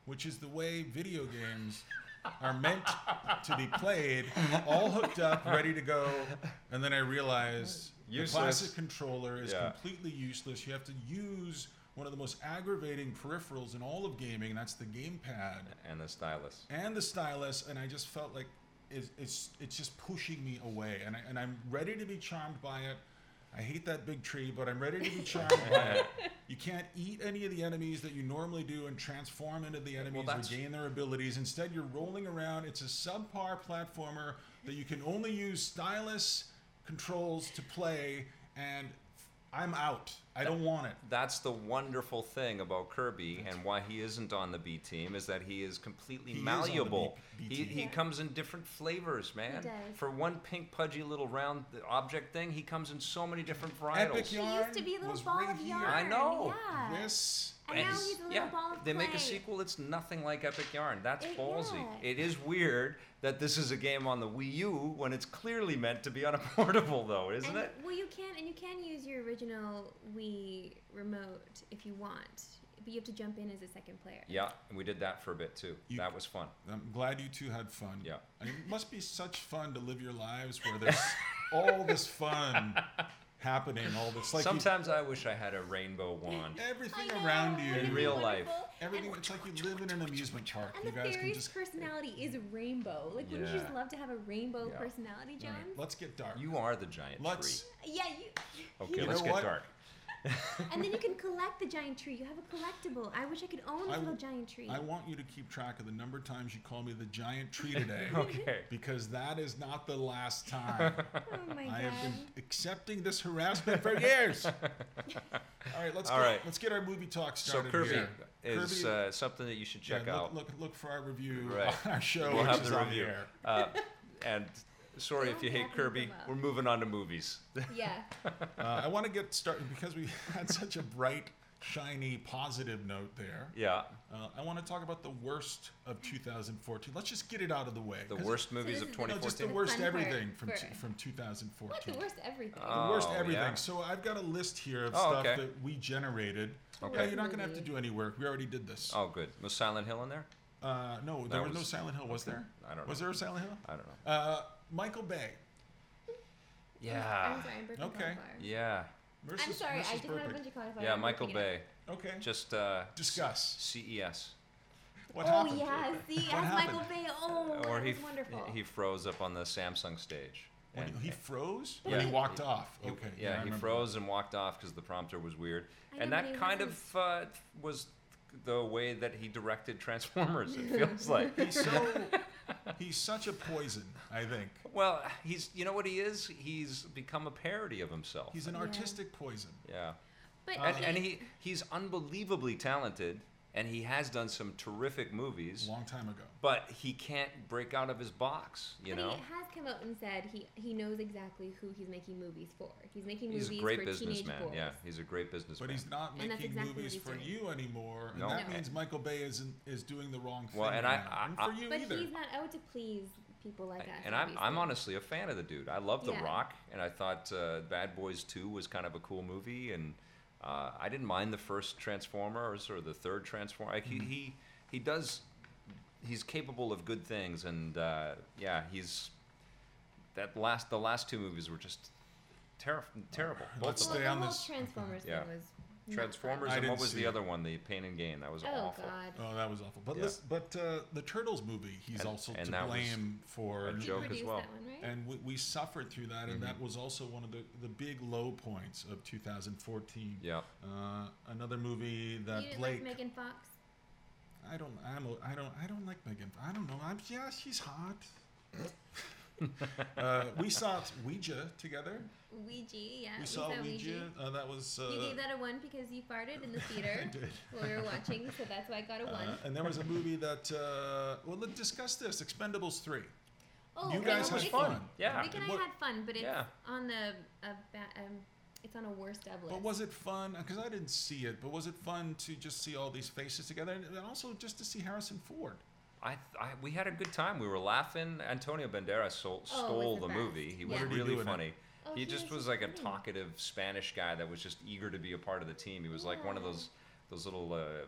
Speaker 3: which is the way video games are meant to be played, all hooked up, ready to go. And then I realized
Speaker 1: Useless.
Speaker 3: the classic controller is
Speaker 1: Yeah.
Speaker 3: completely useless. You have to use one of the most aggravating peripherals in all of gaming, and that's the gamepad
Speaker 1: And the stylus.
Speaker 3: and the stylus. And I just felt like is it's it's just pushing me away, and I, and I'm ready to be charmed by it. I hate that big tree, but I'm ready to be charmed by it. You can't eat any of the enemies that you normally do and transform into the enemies,
Speaker 1: that's-
Speaker 3: regain their abilities. Instead, you're rolling around. It's a subpar platformer that you can only use stylus controls to play, and I'm out. I don't want it.
Speaker 1: That's the wonderful thing about Kirby and why he isn't on the B team is that he is completely
Speaker 3: He is on the B-
Speaker 1: malleable.
Speaker 3: B
Speaker 1: he
Speaker 3: team.
Speaker 1: he
Speaker 2: Yeah.
Speaker 1: comes in different flavors, man.
Speaker 2: does.
Speaker 1: For one pink pudgy little round object thing, he comes in so many different varietals.
Speaker 3: Epic
Speaker 2: He used to be a little
Speaker 3: was
Speaker 2: ball
Speaker 3: right
Speaker 2: of
Speaker 3: here.
Speaker 2: yarn.
Speaker 1: I know.
Speaker 2: Yeah.
Speaker 3: This
Speaker 2: And now
Speaker 1: And-
Speaker 2: he's a little
Speaker 1: yeah,
Speaker 2: ball of
Speaker 1: They make a
Speaker 2: clay.
Speaker 1: sequel that's nothing like Epic Yarn. That's
Speaker 2: It-
Speaker 1: ballsy.
Speaker 2: yeah.
Speaker 1: It is weird that this is a game on the Wii U when it's clearly meant to be on a portable, though, isn't
Speaker 2: and,
Speaker 1: it?
Speaker 2: Well, you can, and you can use your original Wii remote if you want, but you have to jump in as a second player.
Speaker 1: Yeah, and we did that for a bit too.
Speaker 3: You-
Speaker 1: that was fun.
Speaker 3: I'm glad you two had fun.
Speaker 1: Yeah.
Speaker 3: And it must be such fun to live your lives where there's all this fun happening, all this like you-
Speaker 1: Sometimes I wish I had a rainbow wand.
Speaker 3: everything
Speaker 2: I know,
Speaker 3: around
Speaker 2: wouldn't
Speaker 3: you.
Speaker 2: it
Speaker 1: In
Speaker 2: be
Speaker 1: real life.
Speaker 2: wonderful?
Speaker 3: Everything
Speaker 2: And,
Speaker 3: it's like you live in an amusement park.
Speaker 2: and
Speaker 3: You
Speaker 2: the
Speaker 3: guys can
Speaker 2: fairy's
Speaker 3: just
Speaker 2: personality is rainbow. Like, wouldn't you
Speaker 1: Yeah.
Speaker 2: just love to have a rainbow
Speaker 1: Yeah.
Speaker 2: personality, John?
Speaker 3: let's get dark.
Speaker 1: You are the giant
Speaker 3: let's
Speaker 1: tree.
Speaker 2: Yeah. You,
Speaker 1: Okay,
Speaker 3: You
Speaker 1: let's
Speaker 3: know
Speaker 1: get
Speaker 3: what?
Speaker 1: dark.
Speaker 2: and then you can collect the giant tree. You have a collectible. I wish I could own
Speaker 3: I
Speaker 2: this little
Speaker 3: w-
Speaker 2: giant tree.
Speaker 3: I want you to keep track of the number of times you call me the giant tree today.
Speaker 1: Okay.
Speaker 3: Because that is not the last time.
Speaker 2: oh my
Speaker 3: I
Speaker 2: god.
Speaker 3: have been accepting this harassment for years. All right, let's
Speaker 1: All
Speaker 3: get,
Speaker 1: right.
Speaker 3: let's get our movie talk
Speaker 1: So
Speaker 3: started.
Speaker 1: Kirby
Speaker 3: here.
Speaker 1: is
Speaker 3: Kirby-
Speaker 1: uh, something that you should
Speaker 3: Yeah,
Speaker 1: check
Speaker 3: look,
Speaker 1: out.
Speaker 3: Look, look for our review
Speaker 1: Right.
Speaker 3: on our show,
Speaker 1: we'll
Speaker 3: which
Speaker 1: have
Speaker 3: is
Speaker 1: the
Speaker 3: on
Speaker 1: review.
Speaker 3: the air.
Speaker 1: Uh, and sorry if
Speaker 2: Don't
Speaker 1: you
Speaker 2: have
Speaker 1: hate
Speaker 2: me
Speaker 1: Kirby.
Speaker 2: promote.
Speaker 1: We're moving on to movies.
Speaker 2: yeah.
Speaker 3: Uh, I want to get started because we had such a bright, shiny, positive note there.
Speaker 1: yeah,
Speaker 3: Uh, I want to talk about the worst of 2014. Let's just get it out of the way.
Speaker 1: the
Speaker 3: 'cause-
Speaker 1: worst movies
Speaker 2: this
Speaker 1: of
Speaker 2: is the-
Speaker 3: No, just the
Speaker 1: 2014.
Speaker 3: worst
Speaker 2: Fun part
Speaker 3: everything from
Speaker 2: for-
Speaker 3: t- from 2014.
Speaker 2: What the worst everything.
Speaker 1: Uh,
Speaker 3: The worst
Speaker 1: Oh,
Speaker 3: everything.
Speaker 1: yeah.
Speaker 3: So I've got a list here of
Speaker 1: Oh,
Speaker 3: stuff
Speaker 1: okay.
Speaker 3: that we generated.
Speaker 1: Okay.
Speaker 3: Now, you're not going to have to
Speaker 2: Movie.
Speaker 3: do any work. We already did this.
Speaker 1: Oh, good. Was Silent Hill in there?
Speaker 3: Uh, no,
Speaker 1: That
Speaker 3: there was, no
Speaker 1: was-
Speaker 3: Silent Hill, was there?
Speaker 1: I don't
Speaker 3: Was
Speaker 1: know.
Speaker 3: there a Silent Hill?
Speaker 1: I don't know.
Speaker 3: Uh, Michael Bay.
Speaker 1: Yeah.
Speaker 2: I'm sorry. I'm burping
Speaker 3: Okay.
Speaker 2: cauliflower.
Speaker 1: Yeah.
Speaker 3: Versus,
Speaker 2: I'm sorry.
Speaker 3: versus
Speaker 2: I just had a
Speaker 3: Burbank.
Speaker 2: bunch of cauliflower.
Speaker 1: Yeah,
Speaker 2: I'm
Speaker 1: Michael
Speaker 2: burping it
Speaker 1: Bay.
Speaker 3: Okay.
Speaker 1: Just uh, E
Speaker 3: Discuss.
Speaker 1: CES.
Speaker 3: What
Speaker 2: oh
Speaker 3: happened?
Speaker 2: yeah, see,
Speaker 3: What
Speaker 2: that's
Speaker 3: happened?
Speaker 2: Michael Bay. Oh,
Speaker 1: or
Speaker 2: that
Speaker 1: he
Speaker 2: was
Speaker 1: f-
Speaker 2: wonderful.
Speaker 1: he froze up on the Samsung stage.
Speaker 3: When
Speaker 1: And-
Speaker 3: he
Speaker 1: and-
Speaker 3: froze?
Speaker 2: But
Speaker 3: When he
Speaker 2: he-
Speaker 3: walked off.
Speaker 1: he-
Speaker 3: okay. I
Speaker 1: Yeah, he
Speaker 3: remember.
Speaker 1: froze and walked off because the prompter was weird.
Speaker 2: I
Speaker 1: And
Speaker 2: know, but
Speaker 1: that
Speaker 2: he
Speaker 1: kind
Speaker 2: wasn't-
Speaker 1: of uh, was the way that he directed Transformers. It feels like.
Speaker 3: He's so he's such a poison, I think.
Speaker 1: Well, he's you know what he is. He's become a parody of himself.
Speaker 3: He's Uh, an
Speaker 2: Yeah.
Speaker 3: artistic poison.
Speaker 1: yeah.
Speaker 2: but
Speaker 1: And,
Speaker 2: okay,
Speaker 1: and he he's unbelievably talented, and he has done some terrific movies.
Speaker 3: A long time ago.
Speaker 1: But he can't break out of his box. You
Speaker 2: but
Speaker 1: know.
Speaker 2: he has come out and said he he knows exactly who he's making movies for. He's making
Speaker 1: He's a
Speaker 2: movies
Speaker 1: great
Speaker 2: for teenage
Speaker 1: businessman.
Speaker 2: boys.
Speaker 1: Yeah, he's a great businessman.
Speaker 3: But he's not
Speaker 2: And that's
Speaker 3: making
Speaker 2: exactly what
Speaker 3: movies
Speaker 2: he's
Speaker 3: for
Speaker 2: doing.
Speaker 3: you anymore, and
Speaker 1: No.
Speaker 3: that
Speaker 2: No.
Speaker 3: means Michael Bay isn't is doing the wrong thing.
Speaker 1: Well, and I-
Speaker 3: now. and
Speaker 1: I-
Speaker 3: for you
Speaker 2: But
Speaker 3: either.
Speaker 2: he's not out to please people like us.
Speaker 1: and I'm, I'm
Speaker 2: obviously.
Speaker 1: honestly a fan of the dude. I love The
Speaker 2: Yeah.
Speaker 1: Rock, and I thought uh, Bad Boys 2 was kind of a cool movie, and uh, I didn't mind the first Transformers or the third Transformer. Like,
Speaker 3: Mm-hmm.
Speaker 1: he, he he does he's capable of good things, and uh, yeah, he's that last the last two movies were just terrif- terrible. both
Speaker 3: Uh, Let's
Speaker 1: of
Speaker 2: Well,
Speaker 1: them.
Speaker 3: stay
Speaker 2: the
Speaker 3: on
Speaker 2: whole
Speaker 3: this-
Speaker 2: Transformers
Speaker 1: Yeah.
Speaker 2: thing was not
Speaker 1: Transformers
Speaker 3: I
Speaker 1: and what
Speaker 3: didn't
Speaker 1: was
Speaker 3: see
Speaker 1: the
Speaker 3: it.
Speaker 1: other one? The Pain and Gain. That was
Speaker 2: fun. Oh
Speaker 1: awful.
Speaker 2: God.
Speaker 3: Oh, that was awful. But
Speaker 1: Yeah.
Speaker 3: let's, but uh, the Turtles movie, he's
Speaker 1: And-
Speaker 3: also
Speaker 1: and
Speaker 3: to
Speaker 1: that was
Speaker 3: blame for,
Speaker 1: a
Speaker 2: He
Speaker 1: joke Mm-hmm. as
Speaker 2: produced
Speaker 1: well.
Speaker 2: That one, right?
Speaker 3: and we, we suffered through that, and that was also one of the, the big low points of 2014.
Speaker 1: Yeah.
Speaker 3: Uh, another movie
Speaker 2: you
Speaker 3: that
Speaker 2: didn't
Speaker 3: uh, Blake.
Speaker 2: like Megan Fox.
Speaker 3: I don't. I'm. A, I don't. I don't like Megan. I don't know. I'm. Yeah, she's hot. uh, we saw Ouija together.
Speaker 2: Uh, Ouija. Yeah.
Speaker 3: we saw Ouija. Uh, that was. Uh,
Speaker 2: You gave that a one because you farted in the
Speaker 3: I
Speaker 2: theater
Speaker 3: did.
Speaker 2: while we were watching, so that's why I got a one.
Speaker 3: Uh, and there was a movie that. Uh, well, let's discuss this. Expendables three.
Speaker 2: oh,
Speaker 3: you
Speaker 2: okay,
Speaker 3: guys
Speaker 2: well,
Speaker 3: had
Speaker 2: Vic-
Speaker 3: fun.
Speaker 1: Yeah.
Speaker 2: Vic and I
Speaker 3: What-
Speaker 2: had fun, but it's
Speaker 1: Yeah.
Speaker 2: on the a ba- um, it's on a worst of list.
Speaker 3: But was it fun? Because I didn't see it. But was it fun to just see all these faces together, and and also just to see Harrison Ford?
Speaker 1: I, I we had a good time. We were laughing. Antonio Banderas
Speaker 2: Oh,
Speaker 1: sol-
Speaker 2: it was
Speaker 1: stole
Speaker 2: the
Speaker 1: the
Speaker 2: best.
Speaker 1: movie. He
Speaker 2: Yeah.
Speaker 1: was
Speaker 2: What
Speaker 3: did he
Speaker 1: really
Speaker 3: do in it?
Speaker 1: funny.
Speaker 2: Oh,
Speaker 1: he
Speaker 2: he
Speaker 1: just
Speaker 2: was
Speaker 1: was
Speaker 2: just
Speaker 1: like a
Speaker 2: funny.
Speaker 1: talkative Spanish guy that was just eager to be a part of the team. He was like one of
Speaker 2: Yeah.
Speaker 1: those those little uh,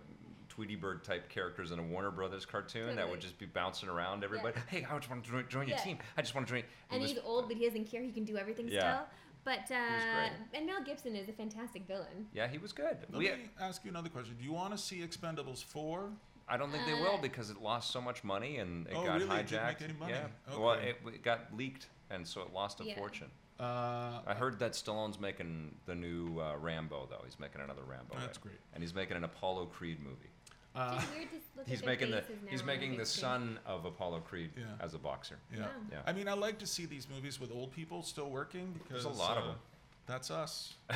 Speaker 1: Tweety Bird type characters in a Warner Brothers cartoon that
Speaker 2: Totally.
Speaker 1: would just be bouncing around everybody. Hey, I just want to join, join your
Speaker 2: Yeah.
Speaker 1: team. I just want to join. He
Speaker 2: and
Speaker 1: was-
Speaker 2: he's old, but he doesn't care. He can do everything
Speaker 1: Yeah.
Speaker 2: still. But uh,
Speaker 1: was
Speaker 2: and Mel Gibson is a fantastic villain.
Speaker 1: yeah, he was good.
Speaker 3: Let
Speaker 1: we
Speaker 3: me ask you another question. Do you want to see Expendables four?
Speaker 1: I don't think they will
Speaker 2: Uh,
Speaker 1: because it lost so much money and it
Speaker 3: Oh,
Speaker 1: got
Speaker 3: really?
Speaker 1: hijacked.
Speaker 3: It didn't make any money?
Speaker 1: Yeah. Well,
Speaker 3: Okay.
Speaker 1: it, it got leaked, and so it lost a
Speaker 2: Yeah.
Speaker 1: fortune.
Speaker 3: Uh,
Speaker 1: I heard that Stallone's making the new uh, Rambo, though. He's making another Rambo.
Speaker 3: That's
Speaker 1: right?
Speaker 3: great.
Speaker 1: And he's making an Apollo Creed movie.
Speaker 3: uh,
Speaker 2: Just weird to look
Speaker 1: He's
Speaker 2: at their
Speaker 1: making the
Speaker 2: faces now
Speaker 1: he's
Speaker 2: on the
Speaker 1: making
Speaker 2: big
Speaker 1: the
Speaker 2: screen.
Speaker 1: son of Apollo Creed
Speaker 3: Yeah.
Speaker 1: as a boxer.
Speaker 3: yeah.
Speaker 2: Wow.
Speaker 1: Yeah.
Speaker 3: I mean, I like to see these movies with old people still working because
Speaker 1: a lot of
Speaker 3: uh,
Speaker 1: them.
Speaker 3: That's us.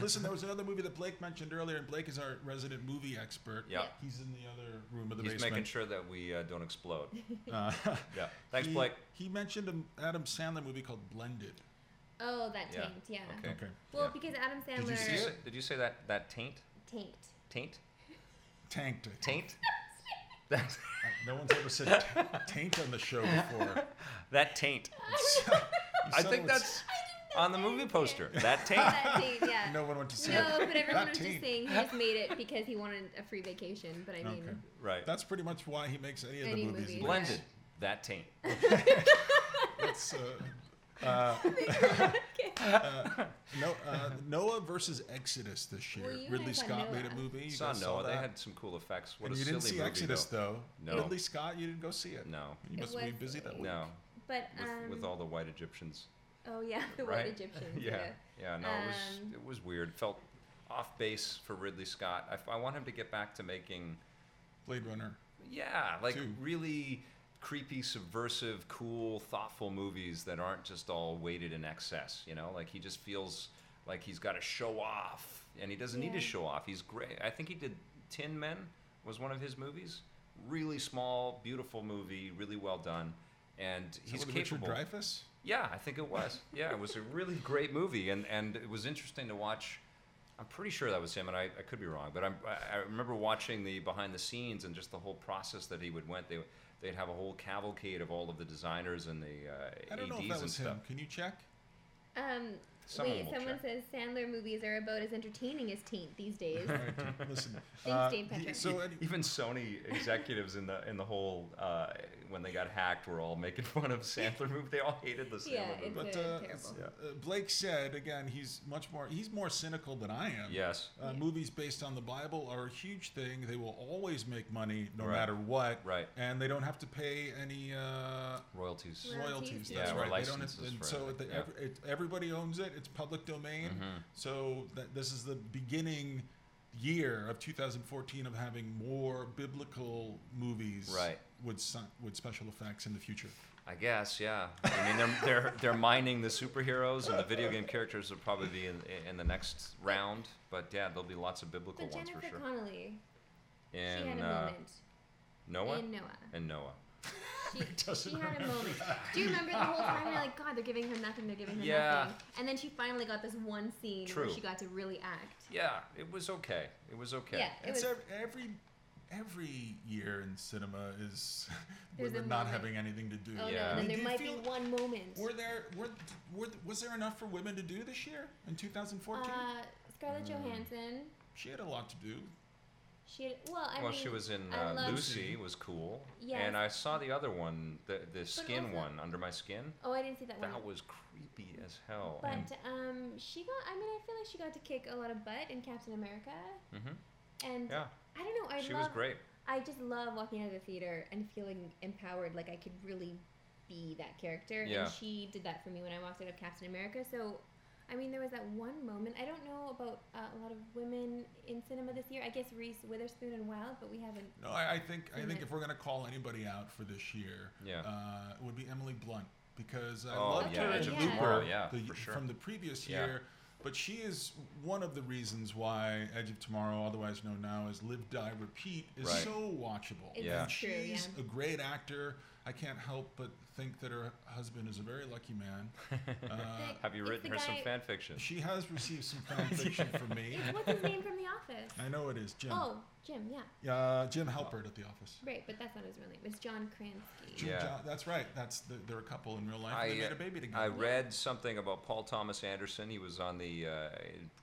Speaker 3: Listen, there was another movie that Blake mentioned earlier, and Blake is our resident movie expert.
Speaker 1: Yeah.
Speaker 3: He's in the other room of the
Speaker 1: He's making
Speaker 3: basement.
Speaker 1: sure that we uh, don't explode.
Speaker 3: uh,
Speaker 1: Yeah. Thanks,
Speaker 3: he,
Speaker 1: Blake.
Speaker 3: He mentioned an Adam Sandler movie called Blended.
Speaker 2: Oh, that
Speaker 1: Yeah.
Speaker 2: taint. Yeah.
Speaker 1: Okay.
Speaker 3: Okay.
Speaker 2: Well,
Speaker 1: Yeah.
Speaker 2: because Adam
Speaker 3: you
Speaker 2: Sandler
Speaker 1: Did you,
Speaker 3: see
Speaker 1: say, did you say that that taint
Speaker 2: taint.
Speaker 1: taint
Speaker 3: Tanked. it.
Speaker 1: taint? That's-
Speaker 3: Uh, No one's ever said t- taint on the show before.
Speaker 1: that taint.
Speaker 3: You
Speaker 1: I
Speaker 3: said
Speaker 1: think
Speaker 3: it was-
Speaker 1: that's on the movie poster. That taint.
Speaker 2: That taint. Yeah.
Speaker 3: No one went to see
Speaker 2: No,
Speaker 3: it.
Speaker 2: but everyone
Speaker 3: That
Speaker 2: was
Speaker 3: taint.
Speaker 2: just saying he just made it because he wanted a free vacation. But I mean,
Speaker 3: Okay.
Speaker 1: Right.
Speaker 3: That's pretty much why he makes any of the
Speaker 2: Any
Speaker 3: movies. he
Speaker 2: movie.
Speaker 3: makes.
Speaker 1: Blended. That taint.
Speaker 3: That's, uh, uh, uh, no, uh, Noah versus Exodus this year.
Speaker 2: Well, you
Speaker 3: Ridley
Speaker 2: guys saw
Speaker 3: Scott made a
Speaker 2: Noah.
Speaker 3: movie. You
Speaker 1: Saw
Speaker 3: guys
Speaker 1: Noah. They
Speaker 3: that?
Speaker 1: had some cool effects. What
Speaker 3: and
Speaker 1: a
Speaker 3: you
Speaker 1: silly
Speaker 3: didn't see
Speaker 1: movie
Speaker 3: Exodus
Speaker 1: though.
Speaker 3: though.
Speaker 1: No.
Speaker 3: Ridley Scott, you didn't go see it.
Speaker 1: No.
Speaker 3: You
Speaker 2: It
Speaker 3: must have been
Speaker 2: was
Speaker 3: busy that
Speaker 2: a-
Speaker 3: week.
Speaker 1: No.
Speaker 2: but
Speaker 1: With,
Speaker 2: um,
Speaker 1: with all the white Egyptians.
Speaker 2: oh yeah, the
Speaker 1: right?
Speaker 2: white Egyptians.
Speaker 1: yeah. Yeah. No, it was
Speaker 2: Um,
Speaker 1: it was weird. Felt off base for Ridley Scott. I f- I want him to get back to making
Speaker 3: Blade Runner.
Speaker 1: Yeah, like
Speaker 3: Two.
Speaker 1: really creepy, subversive, cool, thoughtful movies that aren't just all weighted in excess, you know? Like he just feels like he's got to show off and he doesn't need to
Speaker 2: Yeah.
Speaker 1: show off. He's great. I think he did Tin Men was one of his movies. Really small, beautiful movie, really well done. And
Speaker 3: Is
Speaker 1: he's
Speaker 3: that with
Speaker 1: capable.
Speaker 3: Richard Dreyfuss.
Speaker 1: Yeah, I think it was. Yeah, it was a really great movie, and, and it was interesting to watch. I'm pretty sure that was him, and I, I could be wrong, but I'm, I I remember watching the behind the scenes and just the whole process that he would went. They they'd have a whole cavalcade of all of the designers and the uh,
Speaker 3: I don't know if
Speaker 1: ads
Speaker 3: that
Speaker 1: and
Speaker 3: was him.
Speaker 1: stuff.
Speaker 3: Can you check?
Speaker 2: Um,
Speaker 1: Someone
Speaker 2: wait,
Speaker 1: will
Speaker 2: someone
Speaker 1: check.
Speaker 2: says Sandler movies are about as entertaining as taint these days.
Speaker 3: All right, dude, listen.
Speaker 2: Thanks,
Speaker 3: uh,
Speaker 2: Dave
Speaker 3: he-
Speaker 2: Patrick.
Speaker 3: So any-
Speaker 1: E, Even Sony executives in the in the whole uh, when they got hacked were all making fun of Sandler movie. They all hated the Sandler
Speaker 2: Yeah,
Speaker 1: movie.
Speaker 2: it's-
Speaker 3: But
Speaker 2: Good,
Speaker 3: uh,
Speaker 2: terrible.
Speaker 3: s- uh, Blake said again, he's much more he's more cynical than I am.
Speaker 1: Yes,
Speaker 3: Uh,
Speaker 2: Yeah.
Speaker 3: Movies based on the Bible are a huge thing. They will always make money no
Speaker 1: Right.
Speaker 3: matter what,
Speaker 1: Right.
Speaker 3: And they don't have to pay any uh,
Speaker 1: royalties.
Speaker 2: Royalties.
Speaker 3: royalties.
Speaker 2: Yeah,
Speaker 3: That's
Speaker 1: or
Speaker 3: right. they
Speaker 1: licenses
Speaker 3: don't have, and
Speaker 1: for
Speaker 3: so
Speaker 1: anything.
Speaker 3: the,
Speaker 1: Yeah. Mm-hmm.
Speaker 3: ev- it, everybody owns it. It's public domain. So that, this is the beginning year of 2014 of having more biblical movies
Speaker 1: Right.
Speaker 3: with si- with special effects in the future.
Speaker 1: I guess, yeah. I mean, they're they're they're mining the superheroes and the video game characters will probably be in in the next round. But yeah, there'll be lots of biblical
Speaker 2: So
Speaker 1: ones
Speaker 2: Jennifer
Speaker 1: for sure.
Speaker 2: Connelly, she had
Speaker 1: And
Speaker 2: a
Speaker 1: uh,
Speaker 2: moment
Speaker 1: Noah
Speaker 2: in Noah.
Speaker 1: and Noah.
Speaker 2: She,
Speaker 3: doesn't
Speaker 2: she had a moment. Do you remember the whole time you're like, God, they're giving her nothing, they're giving her
Speaker 1: Yeah.
Speaker 2: nothing, and then she finally got this one scene
Speaker 1: True.
Speaker 2: where she got to really act.
Speaker 1: Yeah, it was okay. It was okay.
Speaker 2: Yeah, it
Speaker 3: It's
Speaker 2: was.
Speaker 3: ev- every every year in cinema is
Speaker 2: There's
Speaker 3: women
Speaker 2: a
Speaker 3: not
Speaker 2: moment.
Speaker 3: having anything to do.
Speaker 2: Oh no!
Speaker 1: Yeah. I
Speaker 2: Then
Speaker 1: mean,
Speaker 2: there
Speaker 3: do you
Speaker 2: might
Speaker 3: feel-
Speaker 2: be one moment.
Speaker 3: Were there were, were was there enough for women to do this year in 2014?
Speaker 2: Uh, Scarlett
Speaker 1: Hmm.
Speaker 2: Johansson.
Speaker 3: she had a lot to do.
Speaker 2: She had, well, I
Speaker 1: well,
Speaker 2: mean,
Speaker 1: she was in
Speaker 2: I
Speaker 1: uh,
Speaker 2: love-
Speaker 1: Lucy was cool.
Speaker 2: Yes.
Speaker 1: And I saw the other one, the the skin
Speaker 2: also-
Speaker 1: one under my skin.
Speaker 2: Oh, I didn't see that one.
Speaker 1: That was creepy as hell.
Speaker 2: But um, she got. I mean, I feel like she got to kick a lot of butt in Captain America,
Speaker 1: mm-hmm.
Speaker 2: and
Speaker 1: Yeah,
Speaker 2: I don't know. I
Speaker 1: she
Speaker 2: love.
Speaker 1: was great.
Speaker 2: I just love walking out of the theater and feeling empowered, like I could really be that character.
Speaker 1: Yeah.
Speaker 2: And she did that for me when I walked out of Captain America. So, I mean, there was that one moment. I don't know about uh, a lot of women in cinema this year. I guess Reese Witherspoon and Wild, but we haven't.
Speaker 3: No, I, I think I
Speaker 2: Seen
Speaker 3: think
Speaker 2: it.
Speaker 3: if we're gonna call anybody out for this year,
Speaker 1: Yeah.
Speaker 3: uh, it would be Emily Blunt because I
Speaker 1: Oh,
Speaker 3: loved
Speaker 2: yeah,
Speaker 3: her
Speaker 2: Edge
Speaker 3: in
Speaker 2: of
Speaker 3: Looper
Speaker 1: Tomorrow, yeah,
Speaker 3: the-
Speaker 1: for sure.
Speaker 3: from the previous
Speaker 1: Yeah.
Speaker 3: year. But she is one of the reasons why Edge of Tomorrow, otherwise known now as Live, Die, Repeat, is
Speaker 1: Right.
Speaker 3: so watchable.
Speaker 2: It's
Speaker 1: Yeah.
Speaker 3: And
Speaker 2: true, yeah.
Speaker 3: she's a great actor. I can't help but think that her husband is a very lucky man. Uh,
Speaker 1: Have you
Speaker 2: It's
Speaker 1: written
Speaker 2: the
Speaker 1: her some
Speaker 2: guy-
Speaker 1: fan fiction?
Speaker 3: she has received some fan fiction from me.
Speaker 2: It's what's his name from The Office?
Speaker 3: I know it is Jim.
Speaker 2: Oh, Jim. Yeah,
Speaker 3: Uh, Jim Halpert at the office.
Speaker 2: right. But that's not his real name. It's John Kransky.
Speaker 3: Jim
Speaker 1: Yeah.
Speaker 3: Jo- that's right. That's the, they're a couple in real life.
Speaker 1: I,
Speaker 3: and they
Speaker 1: uh,
Speaker 3: made a baby
Speaker 1: I
Speaker 3: together.
Speaker 1: read something about Paul Thomas Anderson. He was on the uh,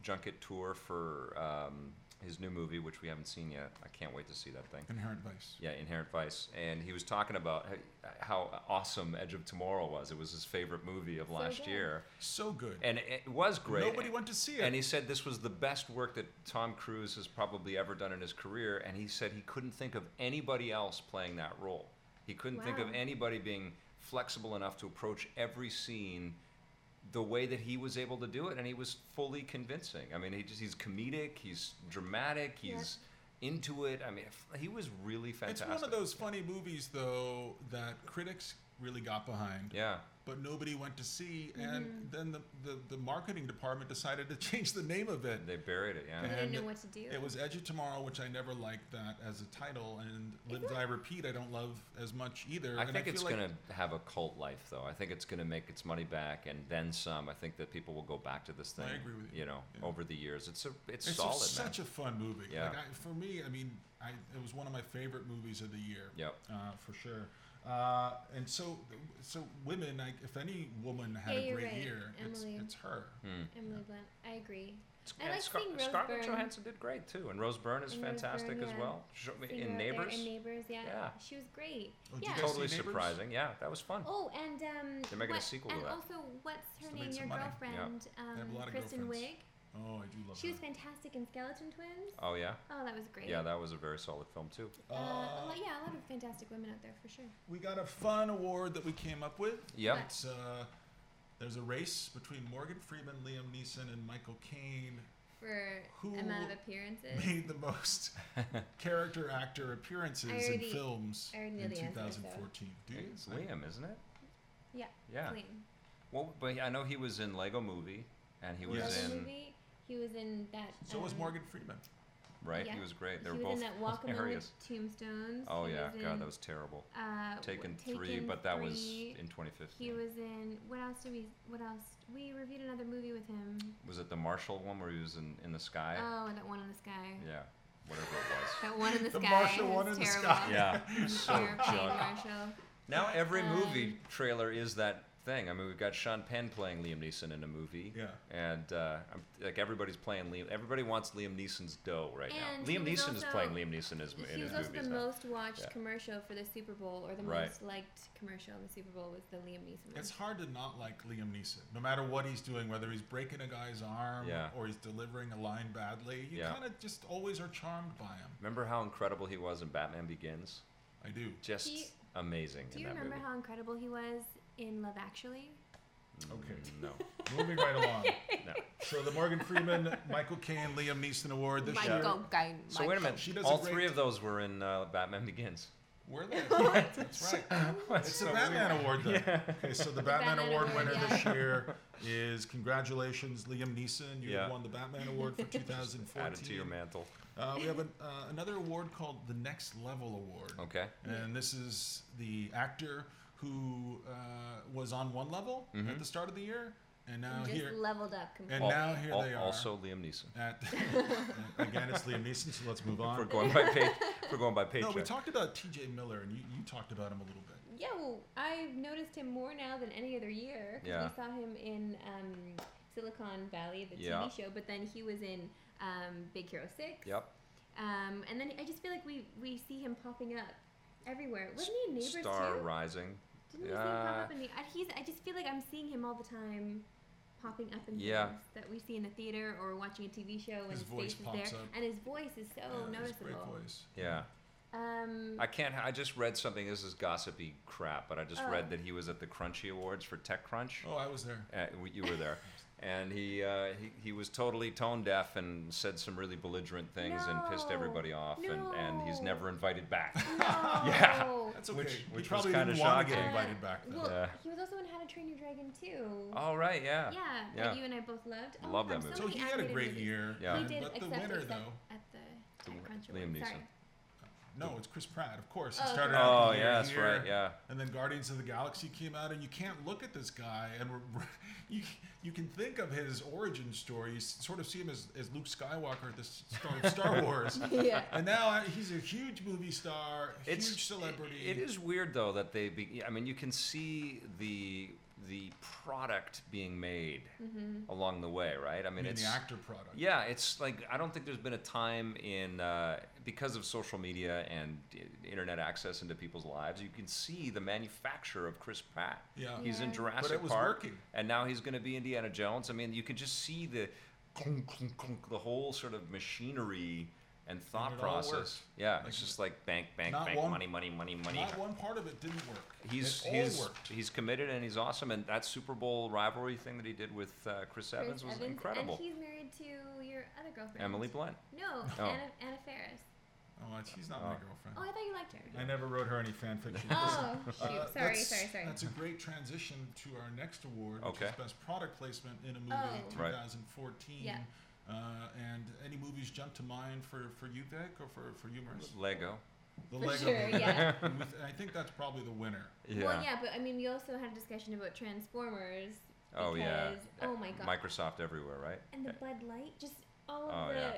Speaker 1: junket tour for um, his new movie, which we haven't seen yet. I can't wait to see that thing.
Speaker 3: Inherent Vice.
Speaker 1: Yeah, Inherent Vice, and he was talking about h- how awesome Edge of Tomorrow was. It was his favorite movie of last
Speaker 2: good.
Speaker 1: year,
Speaker 3: So good.
Speaker 1: and it was great.
Speaker 3: Nobody went to see it.
Speaker 1: And he said this was the best work that Tom Cruise has probably ever done in his career. And he said he couldn't think of anybody else playing that role. He couldn't think of
Speaker 2: Wow.
Speaker 1: anybody being flexible enough to approach every scene the way that he was able to do it. And he was fully convincing. I mean, he just, he's comedic, he's dramatic,
Speaker 2: Yeah.
Speaker 1: he's into it. I mean, f- he was really
Speaker 3: it's
Speaker 1: fantastic.
Speaker 3: one of those funny movies, though, that critics really got behind,
Speaker 1: Yeah.
Speaker 3: but nobody went to see. And then the, the, the marketing department decided to change the name of it.
Speaker 1: They buried it. Yeah.
Speaker 2: They didn't
Speaker 3: And
Speaker 2: know what to do.
Speaker 3: It was Edge of Tomorrow, which I never liked that as a title, and Live, Die, Repeat, I don't love as much either.
Speaker 1: I
Speaker 3: and
Speaker 1: think
Speaker 3: I
Speaker 1: it's
Speaker 3: feel like
Speaker 1: going to have a cult life, though. I think it's going to make its money back and then some. I think that people will go back to this
Speaker 3: I
Speaker 1: thing.
Speaker 3: agree with you.
Speaker 1: know,
Speaker 3: Yeah.
Speaker 1: over the years, it's a it's,
Speaker 3: It's
Speaker 1: solid,
Speaker 3: just such
Speaker 1: man.
Speaker 3: a fun movie.
Speaker 1: Yeah.
Speaker 3: Like I, for me, I mean, I, it was one of my favorite movies of the year.
Speaker 1: Yep.
Speaker 3: Uh, for sure. Uh, and so, so women, like if any woman had
Speaker 2: Yeah,
Speaker 3: a
Speaker 2: you're
Speaker 3: great
Speaker 2: right,
Speaker 3: year, it's,
Speaker 2: Emily.
Speaker 3: it's her.
Speaker 2: Emily Blunt. I agree.
Speaker 1: It's-
Speaker 2: I
Speaker 1: and
Speaker 2: like
Speaker 1: Scar-
Speaker 2: seeing Rose
Speaker 1: Scarlett
Speaker 2: Byrne.
Speaker 1: Johansson did great too, and Rose Byrne is
Speaker 2: And Rose
Speaker 1: fantastic
Speaker 2: Byrne,
Speaker 1: as
Speaker 2: yeah.
Speaker 1: well. Sh-
Speaker 2: Seeing her
Speaker 1: in
Speaker 2: out there
Speaker 1: Neighbors,
Speaker 2: In Neighbors, yeah.
Speaker 1: Yeah.
Speaker 2: She was great.
Speaker 3: Oh, did you
Speaker 2: yeah.
Speaker 3: guys-
Speaker 1: totally
Speaker 3: see Neighbors?
Speaker 1: surprising. Yeah, that was fun.
Speaker 2: Oh, and um,
Speaker 1: They're making a
Speaker 2: what-
Speaker 1: sequel to
Speaker 2: and
Speaker 1: that.
Speaker 2: also, what's her
Speaker 3: Still made
Speaker 2: name? Your
Speaker 3: some money.
Speaker 1: Yeah.
Speaker 2: girlfriend,
Speaker 3: have a
Speaker 2: um,
Speaker 3: lot of
Speaker 2: Kristen
Speaker 3: girlfriends.
Speaker 2: Wiig.
Speaker 3: Oh, I do love
Speaker 2: She
Speaker 3: her.
Speaker 2: was fantastic in Skeleton Twins.
Speaker 1: Oh yeah,
Speaker 2: Oh, that was great.
Speaker 1: yeah, that was a very solid film too.
Speaker 2: uh, a
Speaker 3: Uh,
Speaker 2: lot, yeah, a lot of fantastic women out there for sure.
Speaker 3: we got a fun award that we came up with.
Speaker 1: Yep.
Speaker 2: But-
Speaker 3: It's uh, there's a race between Morgan Freeman, Liam Neeson, and Michael Caine.
Speaker 2: For
Speaker 3: Who
Speaker 2: amount of appearances.
Speaker 3: Made the most character actor appearances
Speaker 2: I
Speaker 3: in
Speaker 2: already-
Speaker 3: films
Speaker 2: I already know
Speaker 3: in
Speaker 2: the answer, so-
Speaker 3: 2014. Do you?
Speaker 1: It's Liam, isn't it?
Speaker 2: Yeah.
Speaker 1: Yeah.
Speaker 2: Liam.
Speaker 1: Well, but I know he was in Lego Movie, and he was
Speaker 3: Yes.
Speaker 2: Lego
Speaker 1: in
Speaker 2: movie. He was in that.
Speaker 3: So was
Speaker 2: um,
Speaker 3: Morgan Freeman.
Speaker 1: right.
Speaker 2: Yeah.
Speaker 1: He was great. They
Speaker 2: he was
Speaker 1: were both
Speaker 2: in that Walk Among the
Speaker 1: hilarious.
Speaker 2: Tombstones.
Speaker 1: Oh
Speaker 2: He
Speaker 1: yeah,
Speaker 2: was
Speaker 1: God,
Speaker 2: in,
Speaker 1: that was terrible.
Speaker 2: uh, w-
Speaker 1: Taken three,
Speaker 2: Taken
Speaker 1: but that was
Speaker 2: Three.
Speaker 1: in 2015.
Speaker 2: He was in what else did we? What else? We reviewed another movie with him.
Speaker 1: Was it the Marshall one where he was in, in the sky?
Speaker 2: oh, that one in the sky.
Speaker 1: yeah, whatever it
Speaker 2: That one in the
Speaker 3: The
Speaker 2: sky.
Speaker 3: Marshall
Speaker 2: is
Speaker 3: one in the
Speaker 2: terrible.
Speaker 3: sky.
Speaker 1: was. yeah, so
Speaker 2: Terrifying
Speaker 1: junk.
Speaker 2: Marshall.
Speaker 1: Now every
Speaker 2: Um,
Speaker 1: movie trailer is that thing. I mean, we've got Sean Penn playing Liam Neeson in a movie.
Speaker 3: Yeah.
Speaker 1: And uh, I'm, like everybody's playing Liam. Everybody wants Liam Neeson's dough right
Speaker 2: And
Speaker 1: now.
Speaker 2: he was
Speaker 1: Liam Neeson is
Speaker 2: also-
Speaker 1: playing Liam Neeson in his, in
Speaker 2: He
Speaker 1: his
Speaker 2: was also
Speaker 1: movies
Speaker 2: the
Speaker 1: now.
Speaker 2: most watched
Speaker 1: Yeah.
Speaker 2: commercial for the Super Bowl, or the
Speaker 1: Right.
Speaker 2: most liked commercial in the Super Bowl was the Liam Neeson one.
Speaker 3: It's hard to not like Liam Neeson, no matter what he's doing, whether he's breaking a guy's arm
Speaker 1: Yeah.
Speaker 3: or he's delivering a line badly. You
Speaker 1: Yeah.
Speaker 3: kind of just always are charmed by him.
Speaker 1: Remember how incredible he was in Batman Begins?
Speaker 3: I do.
Speaker 1: Just
Speaker 2: Do you-
Speaker 1: amazing
Speaker 2: Do
Speaker 1: in
Speaker 2: you
Speaker 1: that
Speaker 2: remember
Speaker 1: movie.
Speaker 2: how incredible he was in Love Actually?
Speaker 3: Okay.
Speaker 1: Mm, No,
Speaker 3: Moving right along.
Speaker 1: no.
Speaker 3: So the Morgan Freeman, Michael Caine, Liam Neeson Award this year.
Speaker 4: Michael Caine.
Speaker 1: So wait a minute.
Speaker 3: She does a
Speaker 1: All
Speaker 3: great-
Speaker 1: three of those were in uh, Batman Begins.
Speaker 3: Where they? That's right.
Speaker 1: That's
Speaker 3: It's
Speaker 1: so
Speaker 3: the Batman
Speaker 1: weird.
Speaker 3: Award, though. Okay, so the Batman,
Speaker 2: Batman
Speaker 3: Award,
Speaker 2: Award,
Speaker 3: winner
Speaker 2: yeah.
Speaker 3: this year is congratulations, Liam Neeson. You
Speaker 1: Yeah.
Speaker 3: have won the Batman Award for 2014.
Speaker 1: Added to your mantle.
Speaker 3: Uh, we have an, uh, another award called the Next Level Award.
Speaker 1: Okay.
Speaker 3: And this is the actor who uh, was on one level at
Speaker 1: Mm-hmm.
Speaker 3: the start of the year, and now
Speaker 2: Just
Speaker 3: Oh, here,
Speaker 2: leveled up completely.
Speaker 3: and now here
Speaker 1: Al-
Speaker 3: they are.
Speaker 1: Also Liam Neeson.
Speaker 3: at, again, it's Liam Neeson. So let's move
Speaker 1: If we're
Speaker 3: on.
Speaker 1: going by page, if we're going by page.
Speaker 3: No, we talked about T.J. Miller, and you, you talked about him a little bit.
Speaker 2: Yeah, well, I've noticed him more now than any other year. 'cause
Speaker 1: Yeah.
Speaker 2: We saw him in um, Silicon Valley, the
Speaker 1: Yeah.
Speaker 2: TV show, but then he was in um, Big Hero 6.
Speaker 1: Yep.
Speaker 2: Um, and then I just feel like we, we see him popping up everywhere. Wasn't he in Neighbors
Speaker 1: Star
Speaker 2: too?
Speaker 1: Rising.
Speaker 2: Didn't we see him pop
Speaker 1: Yeah.
Speaker 2: up in the... I, he's, I just feel like I'm seeing him all the time popping up in
Speaker 1: Yeah.
Speaker 2: things that we see in the theater or watching a TV show and
Speaker 3: His
Speaker 2: his,
Speaker 3: voice
Speaker 2: face is
Speaker 3: pops
Speaker 2: there.
Speaker 3: up.
Speaker 2: And his voice is so
Speaker 3: Yeah, he's a
Speaker 2: noticeable.
Speaker 3: great voice.
Speaker 1: Oh, Yeah.
Speaker 2: Um,
Speaker 1: I can't. I just read something. This is gossipy crap, but I just
Speaker 2: Oh.
Speaker 1: read that he was at the Crunchy Awards for TechCrunch.
Speaker 3: Oh, I was there.
Speaker 1: Uh, we- you were there. And he, uh, he he was totally tone deaf and said some really belligerent things and pissed
Speaker 2: No.
Speaker 1: everybody off and, and he's
Speaker 2: No.
Speaker 1: never invited back.
Speaker 2: no.
Speaker 1: Yeah.
Speaker 3: That's okay.
Speaker 1: Which-
Speaker 3: You
Speaker 1: which was
Speaker 3: probably
Speaker 1: kinda
Speaker 3: didn't wanna get
Speaker 1: shocking.
Speaker 3: invited back. Then.
Speaker 2: Well,
Speaker 1: Yeah.
Speaker 2: he was also in How to Train Your Dragon too.
Speaker 1: All right, yeah.
Speaker 2: yeah,
Speaker 1: yeah.
Speaker 2: that you and I both loved. Oh,
Speaker 1: Love that
Speaker 2: I'm
Speaker 1: movie.
Speaker 3: so
Speaker 2: many
Speaker 3: he had a
Speaker 2: animated
Speaker 3: great
Speaker 2: movies.
Speaker 3: year.
Speaker 1: Yeah.
Speaker 2: He did,
Speaker 3: But
Speaker 2: except,
Speaker 3: the winner,
Speaker 2: except
Speaker 3: though,
Speaker 2: at
Speaker 1: The
Speaker 2: the
Speaker 1: w-
Speaker 2: TechCrunch
Speaker 1: Liam
Speaker 2: Awards.
Speaker 1: Neeson.
Speaker 2: Sorry.
Speaker 3: no, it's Chris Pratt, of course.
Speaker 2: Oh,
Speaker 3: He started
Speaker 2: okay.
Speaker 3: out
Speaker 1: Oh,
Speaker 3: the year
Speaker 1: yeah, that's
Speaker 3: here,
Speaker 1: right, yeah.
Speaker 3: And then Guardians of the Galaxy came out, and you can't look at this guy, and we're, you you can think of his origin story. You s- sort of see him as, as Luke Skywalker at the s- start of Star Wars,
Speaker 2: yeah.
Speaker 3: and now uh, he's a huge movie star, huge
Speaker 1: It's-
Speaker 3: celebrity.
Speaker 1: It is weird though that they. Be, I mean, you can see the the product being made along the way, right? I mean,
Speaker 3: I Mm-hmm. mean,
Speaker 1: it's
Speaker 3: the actor product.
Speaker 1: yeah, it's like I don't think there's been a time in uh, because of social media and i- internet access into people's lives, you can see the manufacture of Chris Pratt.
Speaker 3: Yeah.
Speaker 1: he's in
Speaker 2: Yeah.
Speaker 1: Jurassic
Speaker 3: was
Speaker 1: Park,
Speaker 3: working.
Speaker 1: and now he's going to be Indiana Jones. I mean, you can just see the clunk, clunk, clunk, the whole sort of machinery and thought
Speaker 3: it all
Speaker 1: process.
Speaker 3: worked.
Speaker 1: Yeah,
Speaker 3: Like,
Speaker 1: it's just like bank, bank,
Speaker 3: not
Speaker 1: bank,
Speaker 3: one-
Speaker 1: money, money, money, money.
Speaker 3: Not one part of it didn't work.
Speaker 1: He's
Speaker 3: it all
Speaker 1: he's
Speaker 3: worked.
Speaker 1: he's committed and he's awesome. And that Super Bowl rivalry thing that he did with uh, Chris Evans was incredible.
Speaker 2: And he's married to your other girlfriend.
Speaker 1: Emily Blunt.
Speaker 2: No,
Speaker 1: Oh.
Speaker 2: Anna, Anna Ferris.
Speaker 3: Oh, it's- she's not my
Speaker 1: Oh.
Speaker 3: girlfriend.
Speaker 2: Oh, I thought you liked her.
Speaker 3: I never wrote her any fan fiction.
Speaker 2: Oh,
Speaker 3: Uh,
Speaker 2: shoot. sorry,
Speaker 3: that's-
Speaker 2: sorry, sorry.
Speaker 3: That's a great transition to our next award, which
Speaker 1: Okay.
Speaker 3: is Best Product Placement in a Movie
Speaker 2: Oh.
Speaker 1: Right.
Speaker 3: 2014.
Speaker 2: Yeah.
Speaker 3: Uh, and any movies jump to mind for, for you, Vic, or for, for you, Marissa?
Speaker 1: Lego.
Speaker 3: The
Speaker 2: For
Speaker 3: Lego
Speaker 2: sure,
Speaker 3: movie.
Speaker 2: yeah.
Speaker 3: And with- I think that's probably the winner.
Speaker 2: Well, yeah, but I mean, we also had a discussion about Transformers.
Speaker 1: Oh yeah.
Speaker 2: because- oh my God.
Speaker 1: Microsoft everywhere, right?
Speaker 2: And the Bud Light, just all
Speaker 1: Oh,
Speaker 2: of the
Speaker 1: yeah.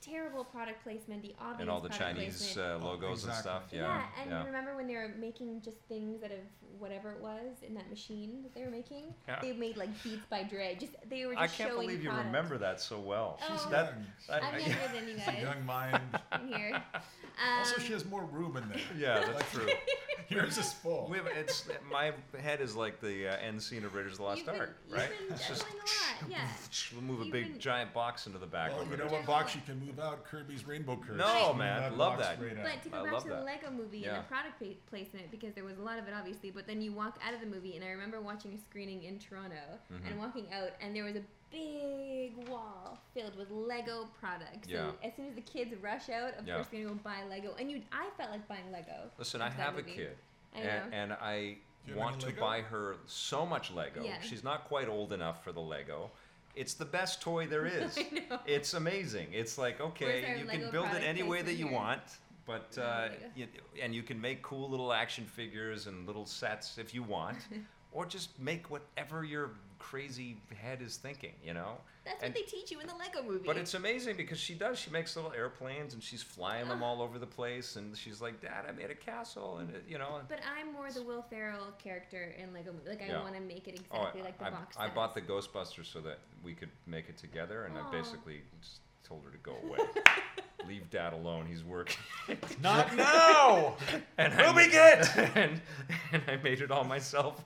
Speaker 2: terrible product placement, the obvious
Speaker 1: And all the
Speaker 2: product
Speaker 1: Chinese
Speaker 2: placement.
Speaker 1: uh, logos and
Speaker 3: exactly.
Speaker 1: stuff. Yeah.
Speaker 2: yeah, and
Speaker 1: yeah.
Speaker 2: remember when they were making just things out of whatever it was in that machine that they were making?
Speaker 1: Yeah.
Speaker 2: They made like Beats by Dre. Just they were
Speaker 1: I
Speaker 2: just
Speaker 1: can't
Speaker 2: showing
Speaker 1: believe you
Speaker 2: product.
Speaker 1: remember that so well.
Speaker 2: Oh.
Speaker 3: She's
Speaker 1: That-
Speaker 3: young.
Speaker 1: that-
Speaker 2: I'm younger than you
Speaker 3: She's a
Speaker 2: guys
Speaker 3: young mind.
Speaker 2: in here. Um,
Speaker 3: also, she has more room in there.
Speaker 1: yeah, that's true.
Speaker 3: Yours is full.
Speaker 1: We have, it's my head is like the uh, end scene of Raiders of the Lost
Speaker 2: you've been,
Speaker 1: Ark,
Speaker 2: you've
Speaker 1: right?
Speaker 2: been
Speaker 1: It's just
Speaker 2: juggling a lot, yeah.
Speaker 1: we'll move a
Speaker 2: you've
Speaker 1: big
Speaker 2: been-
Speaker 1: giant box into the back.
Speaker 3: well,
Speaker 1: of
Speaker 3: Oh, you
Speaker 1: it.
Speaker 3: know
Speaker 2: Right.
Speaker 3: what box you can move out? Kirby's Rainbow Curse.
Speaker 1: No,
Speaker 3: Move
Speaker 1: man, love
Speaker 3: box
Speaker 1: that.
Speaker 3: right out.
Speaker 2: But to go
Speaker 1: I
Speaker 2: back
Speaker 1: love
Speaker 2: to
Speaker 1: that.
Speaker 2: the Lego movie
Speaker 1: Yeah.
Speaker 2: and the product pa- placement, because there was a lot of it obviously, but then you walk out of the movie, and I remember watching a screening in Toronto
Speaker 1: Mm-hmm.
Speaker 2: and walking out, and there was a big wall filled with Lego products.
Speaker 1: Yeah.
Speaker 2: And as soon as the kids rush out, of
Speaker 1: Yeah.
Speaker 2: course, you're going to go buy Lego. And you, I felt like buying Lego.
Speaker 1: Listen, I
Speaker 2: after that
Speaker 1: have a
Speaker 2: movie.
Speaker 1: kid,
Speaker 2: I
Speaker 1: and,
Speaker 2: know.
Speaker 1: and I
Speaker 3: Do you have
Speaker 1: want
Speaker 3: any
Speaker 1: to
Speaker 3: Lego?
Speaker 1: buy her so much Lego.
Speaker 2: Yeah.
Speaker 1: She's not quite old enough for the Lego. It's the best toy there is.
Speaker 2: I know.
Speaker 1: It's amazing. It's like okay,
Speaker 2: our
Speaker 1: you can
Speaker 2: Lego
Speaker 1: build it
Speaker 2: product
Speaker 1: any way that
Speaker 2: placement
Speaker 1: you
Speaker 2: here?
Speaker 1: want, but
Speaker 2: Lego
Speaker 1: uh,
Speaker 2: Lego.
Speaker 1: you, and you can make cool little action figures and little sets if you want, or just make whatever your crazy head is thinking. You know.
Speaker 2: That's
Speaker 1: and-
Speaker 2: what they teach you in the Lego movie.
Speaker 1: But it's amazing because she does. She makes little airplanes and she's flying them all over the place. And she's like, "Dad, I made a castle," and it, you know. and-
Speaker 2: But I'm more the Will Ferrell character in Lego movie. Like I
Speaker 1: Yeah.
Speaker 2: want to make it
Speaker 1: Oh,
Speaker 2: exactly like the
Speaker 1: I,
Speaker 2: box.
Speaker 1: I
Speaker 2: set.
Speaker 1: bought the Ghostbusters so that we could make it together, and I
Speaker 2: Aw.
Speaker 1: basically just told her to go away. Leave Dad alone. He's working.
Speaker 3: Not now!
Speaker 1: And I-
Speaker 3: Ruby Good!
Speaker 1: and, and I made it all myself.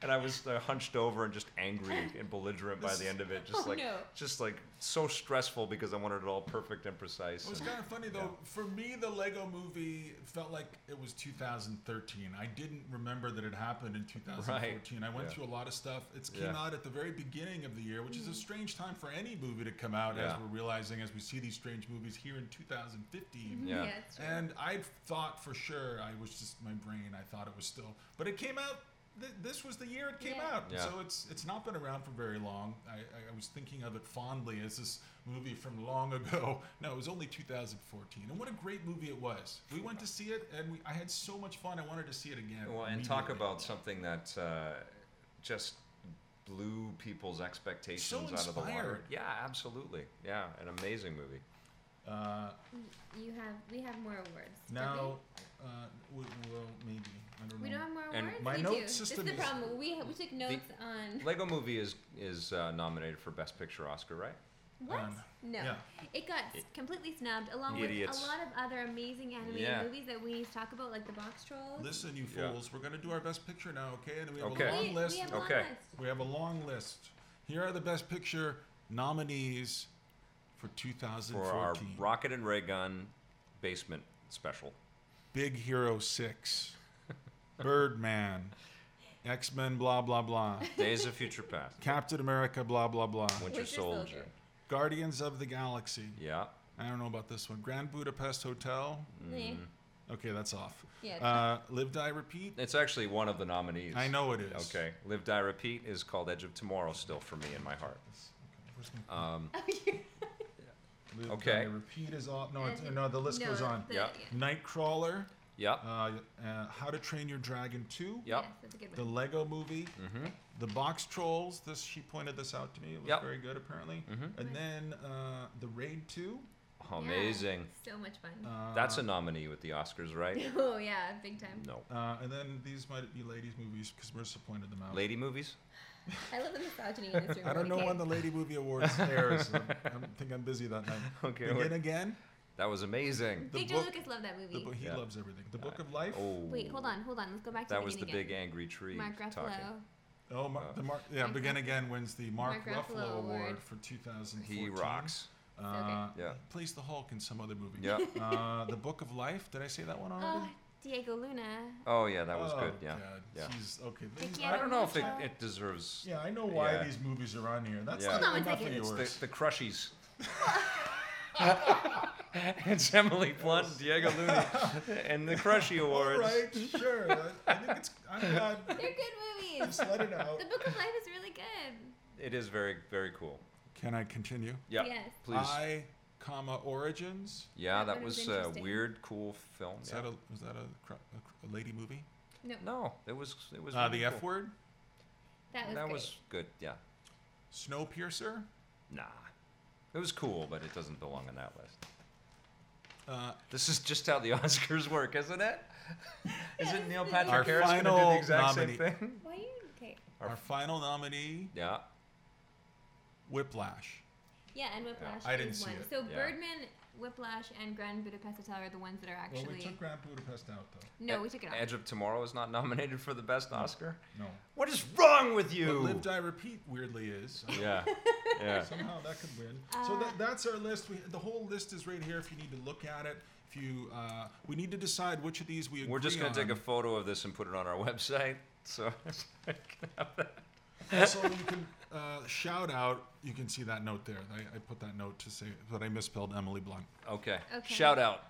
Speaker 1: And, I was uh, hunched over and just angry and belligerent by the end of it. Just
Speaker 2: Oh,
Speaker 1: like,
Speaker 2: no.
Speaker 1: just like so stressful because I wanted it all perfect and precise.
Speaker 3: It was
Speaker 1: and-
Speaker 3: kind of funny though. For me, the Lego Movie felt like it was 2013. I didn't remember that it happened in 2014. I went
Speaker 1: Yeah.
Speaker 3: through a lot of stuff. It came
Speaker 1: Yeah.
Speaker 3: out at the very beginning of the year, which is a strange time for any movie to come out, as
Speaker 1: Yeah.
Speaker 3: we're realizing as we see these strange movies here in 2015.
Speaker 1: Yeah.
Speaker 2: it's true.
Speaker 3: And I thought for sure I was just my brain. I thought it was still, but it came out. Th- this was the year it came
Speaker 2: Yeah.
Speaker 3: out,
Speaker 1: Yeah.
Speaker 3: so it's it's not been around for very long. I, I, I was thinking of it fondly as this movie from long ago. No, it was only 2014, and what a great movie it was. We went to see it, and we, I had so much fun. I wanted to see it again.
Speaker 1: Well, and talk
Speaker 3: immediately.
Speaker 1: about something that uh, just blew people's expectations out of the water.
Speaker 3: inspired.
Speaker 1: Yeah, absolutely. Yeah, an amazing movie.
Speaker 3: Uh,
Speaker 2: you have we have more awards. don't
Speaker 3: now, uh, we, well, maybe I don't
Speaker 2: we? we
Speaker 3: know.
Speaker 2: don't have more
Speaker 1: And
Speaker 2: awards.
Speaker 3: my
Speaker 2: we
Speaker 3: note
Speaker 2: do.
Speaker 3: system
Speaker 2: this is
Speaker 3: is-
Speaker 2: the problem. We ha- we took notes on
Speaker 1: Lego Movie is is uh, nominated for Best Picture Oscar, right?
Speaker 2: what?
Speaker 3: Um,
Speaker 2: no,
Speaker 3: yeah.
Speaker 2: it got s- completely snubbed along
Speaker 1: Idiots.
Speaker 2: with a lot of other amazing animated
Speaker 1: Yeah.
Speaker 2: movies that we need to talk about, like The Box Trolls.
Speaker 3: Listen, you
Speaker 1: Yeah.
Speaker 3: fools, we're gonna do our best picture now, okay? And we have
Speaker 1: Okay.
Speaker 3: a long
Speaker 2: we,
Speaker 3: list.
Speaker 2: we have a
Speaker 1: Okay.
Speaker 2: long list.
Speaker 3: We have a long list. Here are the best picture nominees for
Speaker 1: For our
Speaker 3: 2014.
Speaker 1: Rocket and Ray Gun Basement Special.
Speaker 3: Big Hero 6, Birdman, X-Men blah blah blah,
Speaker 1: Days of Future Past.
Speaker 3: Captain America blah blah blah,
Speaker 1: Winter,
Speaker 2: Winter
Speaker 1: Soldier.
Speaker 2: Soldier.
Speaker 3: Guardians of the Galaxy.
Speaker 1: Yeah.
Speaker 3: I don't know about this one. Grand Budapest Hotel.
Speaker 2: Meh.
Speaker 3: Okay, that's off.
Speaker 2: Yeah, it's
Speaker 3: Uh, Live Die Repeat.
Speaker 1: It's actually one of the nominees.
Speaker 3: I know it is.
Speaker 1: Okay. Live Die Repeat is called Edge of Tomorrow still for me in my heart.
Speaker 3: Where's my-
Speaker 1: Um,
Speaker 3: Live
Speaker 1: okay.
Speaker 3: Die Repeat is off. No, it's,
Speaker 2: Uh,
Speaker 3: no, the list
Speaker 2: no,
Speaker 3: goes on.
Speaker 2: the-
Speaker 1: Yeah.
Speaker 3: Nightcrawler.
Speaker 1: yeah.
Speaker 3: uh, uh, How to Train Your Dragon 2,
Speaker 1: Yeah. Yep.
Speaker 2: Yes, that's a good
Speaker 3: the
Speaker 2: one.
Speaker 3: Lego Movie, the Box Trolls. This she pointed this out to me. It was
Speaker 1: Mm-hmm. Yep. Mm-hmm.
Speaker 3: very good apparently. And then uh, the Raid 2.
Speaker 1: Oh,
Speaker 2: Yeah,
Speaker 1: Amazing.
Speaker 2: So much fun.
Speaker 3: Uh,
Speaker 1: That's a nominee with the Oscars, right?
Speaker 2: oh yeah, big time.
Speaker 1: No.
Speaker 3: Uh, and then these might be ladies' movies because Marissa pointed them out.
Speaker 1: Lady movies?
Speaker 2: I love the misogyny in this room.
Speaker 3: I don't know
Speaker 2: okay.
Speaker 3: when the Lady Movie Awards airs. so I'm- I think I'm busy that night.
Speaker 1: Okay,
Speaker 3: Begin
Speaker 1: what-
Speaker 3: again.
Speaker 1: That was amazing.
Speaker 3: the
Speaker 2: Victor
Speaker 3: book-
Speaker 2: Lucas loved that
Speaker 3: The
Speaker 2: movie.
Speaker 3: book, he
Speaker 1: Yeah.
Speaker 3: loves everything. The Book of Life.
Speaker 1: Oh,
Speaker 2: Wait, hold on, hold on. Let's go back to
Speaker 1: That
Speaker 2: the
Speaker 1: was the
Speaker 2: beginning
Speaker 1: big angry tree
Speaker 2: again. Mark Ruffalo.
Speaker 1: talking.
Speaker 3: Oh, Mar-
Speaker 1: Uh,
Speaker 3: the Mark. Yeah,
Speaker 2: Mark
Speaker 3: Begin
Speaker 2: Ruffalo.
Speaker 3: Again wins the Mark,
Speaker 2: Mark
Speaker 3: Ruffalo,
Speaker 2: Ruffalo
Speaker 3: Award
Speaker 2: Award.
Speaker 3: for 2014.
Speaker 1: He rocks.
Speaker 3: Uh,
Speaker 2: Okay.
Speaker 1: Yeah.
Speaker 3: he Plays the Hulk in some other movie.
Speaker 1: Yeah.
Speaker 3: Uh, the Book of Life. Did I say that one already?
Speaker 2: Oh, Diego Luna.
Speaker 1: Oh yeah, that was
Speaker 3: Oh,
Speaker 1: good. Yeah.
Speaker 3: God.
Speaker 1: Yeah.
Speaker 3: He's- okay.
Speaker 2: They
Speaker 3: these-
Speaker 2: can't-
Speaker 1: I don't know if it,
Speaker 2: Yeah.
Speaker 1: it deserves
Speaker 3: yeah, I know why
Speaker 1: Yeah.
Speaker 3: these movies are on here. That's
Speaker 1: Yeah.
Speaker 3: not
Speaker 1: Hold
Speaker 2: on one
Speaker 3: enough of
Speaker 2: second. It's
Speaker 1: the,
Speaker 3: yours.
Speaker 1: the crushies. it's Emily Blunt, Diego Luna, and the Crushy
Speaker 3: All
Speaker 1: Awards.
Speaker 3: right, sure. I think it's. I'm glad.
Speaker 2: They're good movies.
Speaker 3: Just let it out.
Speaker 2: the Book of Life is really good.
Speaker 1: It is very very cool.
Speaker 3: Can I continue?
Speaker 1: Yeah.
Speaker 2: Yes.
Speaker 1: Please.
Speaker 3: I, comma origins.
Speaker 1: yeah,
Speaker 2: That
Speaker 1: that
Speaker 2: one was
Speaker 1: was a
Speaker 2: interesting.
Speaker 1: weird, cool film.
Speaker 3: Is
Speaker 1: yeah.
Speaker 3: that a was that a, cr- a, cr- a lady movie?
Speaker 2: No,
Speaker 1: No, it was it was
Speaker 3: Uh,
Speaker 1: really
Speaker 3: the F
Speaker 1: cool.
Speaker 3: word.
Speaker 2: that was
Speaker 1: That
Speaker 2: great.
Speaker 1: was good. Yeah.
Speaker 3: Snowpiercer.
Speaker 1: Nah. It was cool, but it doesn't belong on that list.
Speaker 3: Uh,
Speaker 1: This is just how the Oscars work, isn't it? Is it Neil Patrick
Speaker 3: Our
Speaker 1: Harris going to do
Speaker 3: final
Speaker 1: the exact
Speaker 3: nominee.
Speaker 1: same thing?
Speaker 2: Why you okay?
Speaker 1: Our-
Speaker 3: our final nominee,
Speaker 1: Yeah.
Speaker 3: Whiplash.
Speaker 2: Yeah, and Whiplash.
Speaker 3: I didn't
Speaker 2: is
Speaker 3: see
Speaker 2: one.
Speaker 3: it.
Speaker 2: So
Speaker 1: Yeah.
Speaker 2: Birdman, Whiplash, and Grand Budapest Hotel are the ones that are actually.
Speaker 3: Grand Budapest out though.
Speaker 2: no,
Speaker 1: E-
Speaker 2: we took it off.
Speaker 1: Edge of Tomorrow is not nominated for the best Oscar.
Speaker 3: No.
Speaker 1: What is wrong with
Speaker 3: But
Speaker 1: you?
Speaker 3: Live Die Repeat weirdly is.
Speaker 1: yeah. Yeah.
Speaker 3: Somehow that could win. so that, that's our list. We, the whole list is right here. If you need to look at it, if you uh, we need to decide which of these we agree
Speaker 1: We're just going to take a
Speaker 3: on.
Speaker 1: photo of this and put it on our website. So
Speaker 3: also, you can uh, shout out. You can see that note there. I, I put that note to say that I misspelled Emily Blunt.
Speaker 1: okay.
Speaker 2: Okay.
Speaker 1: Shout out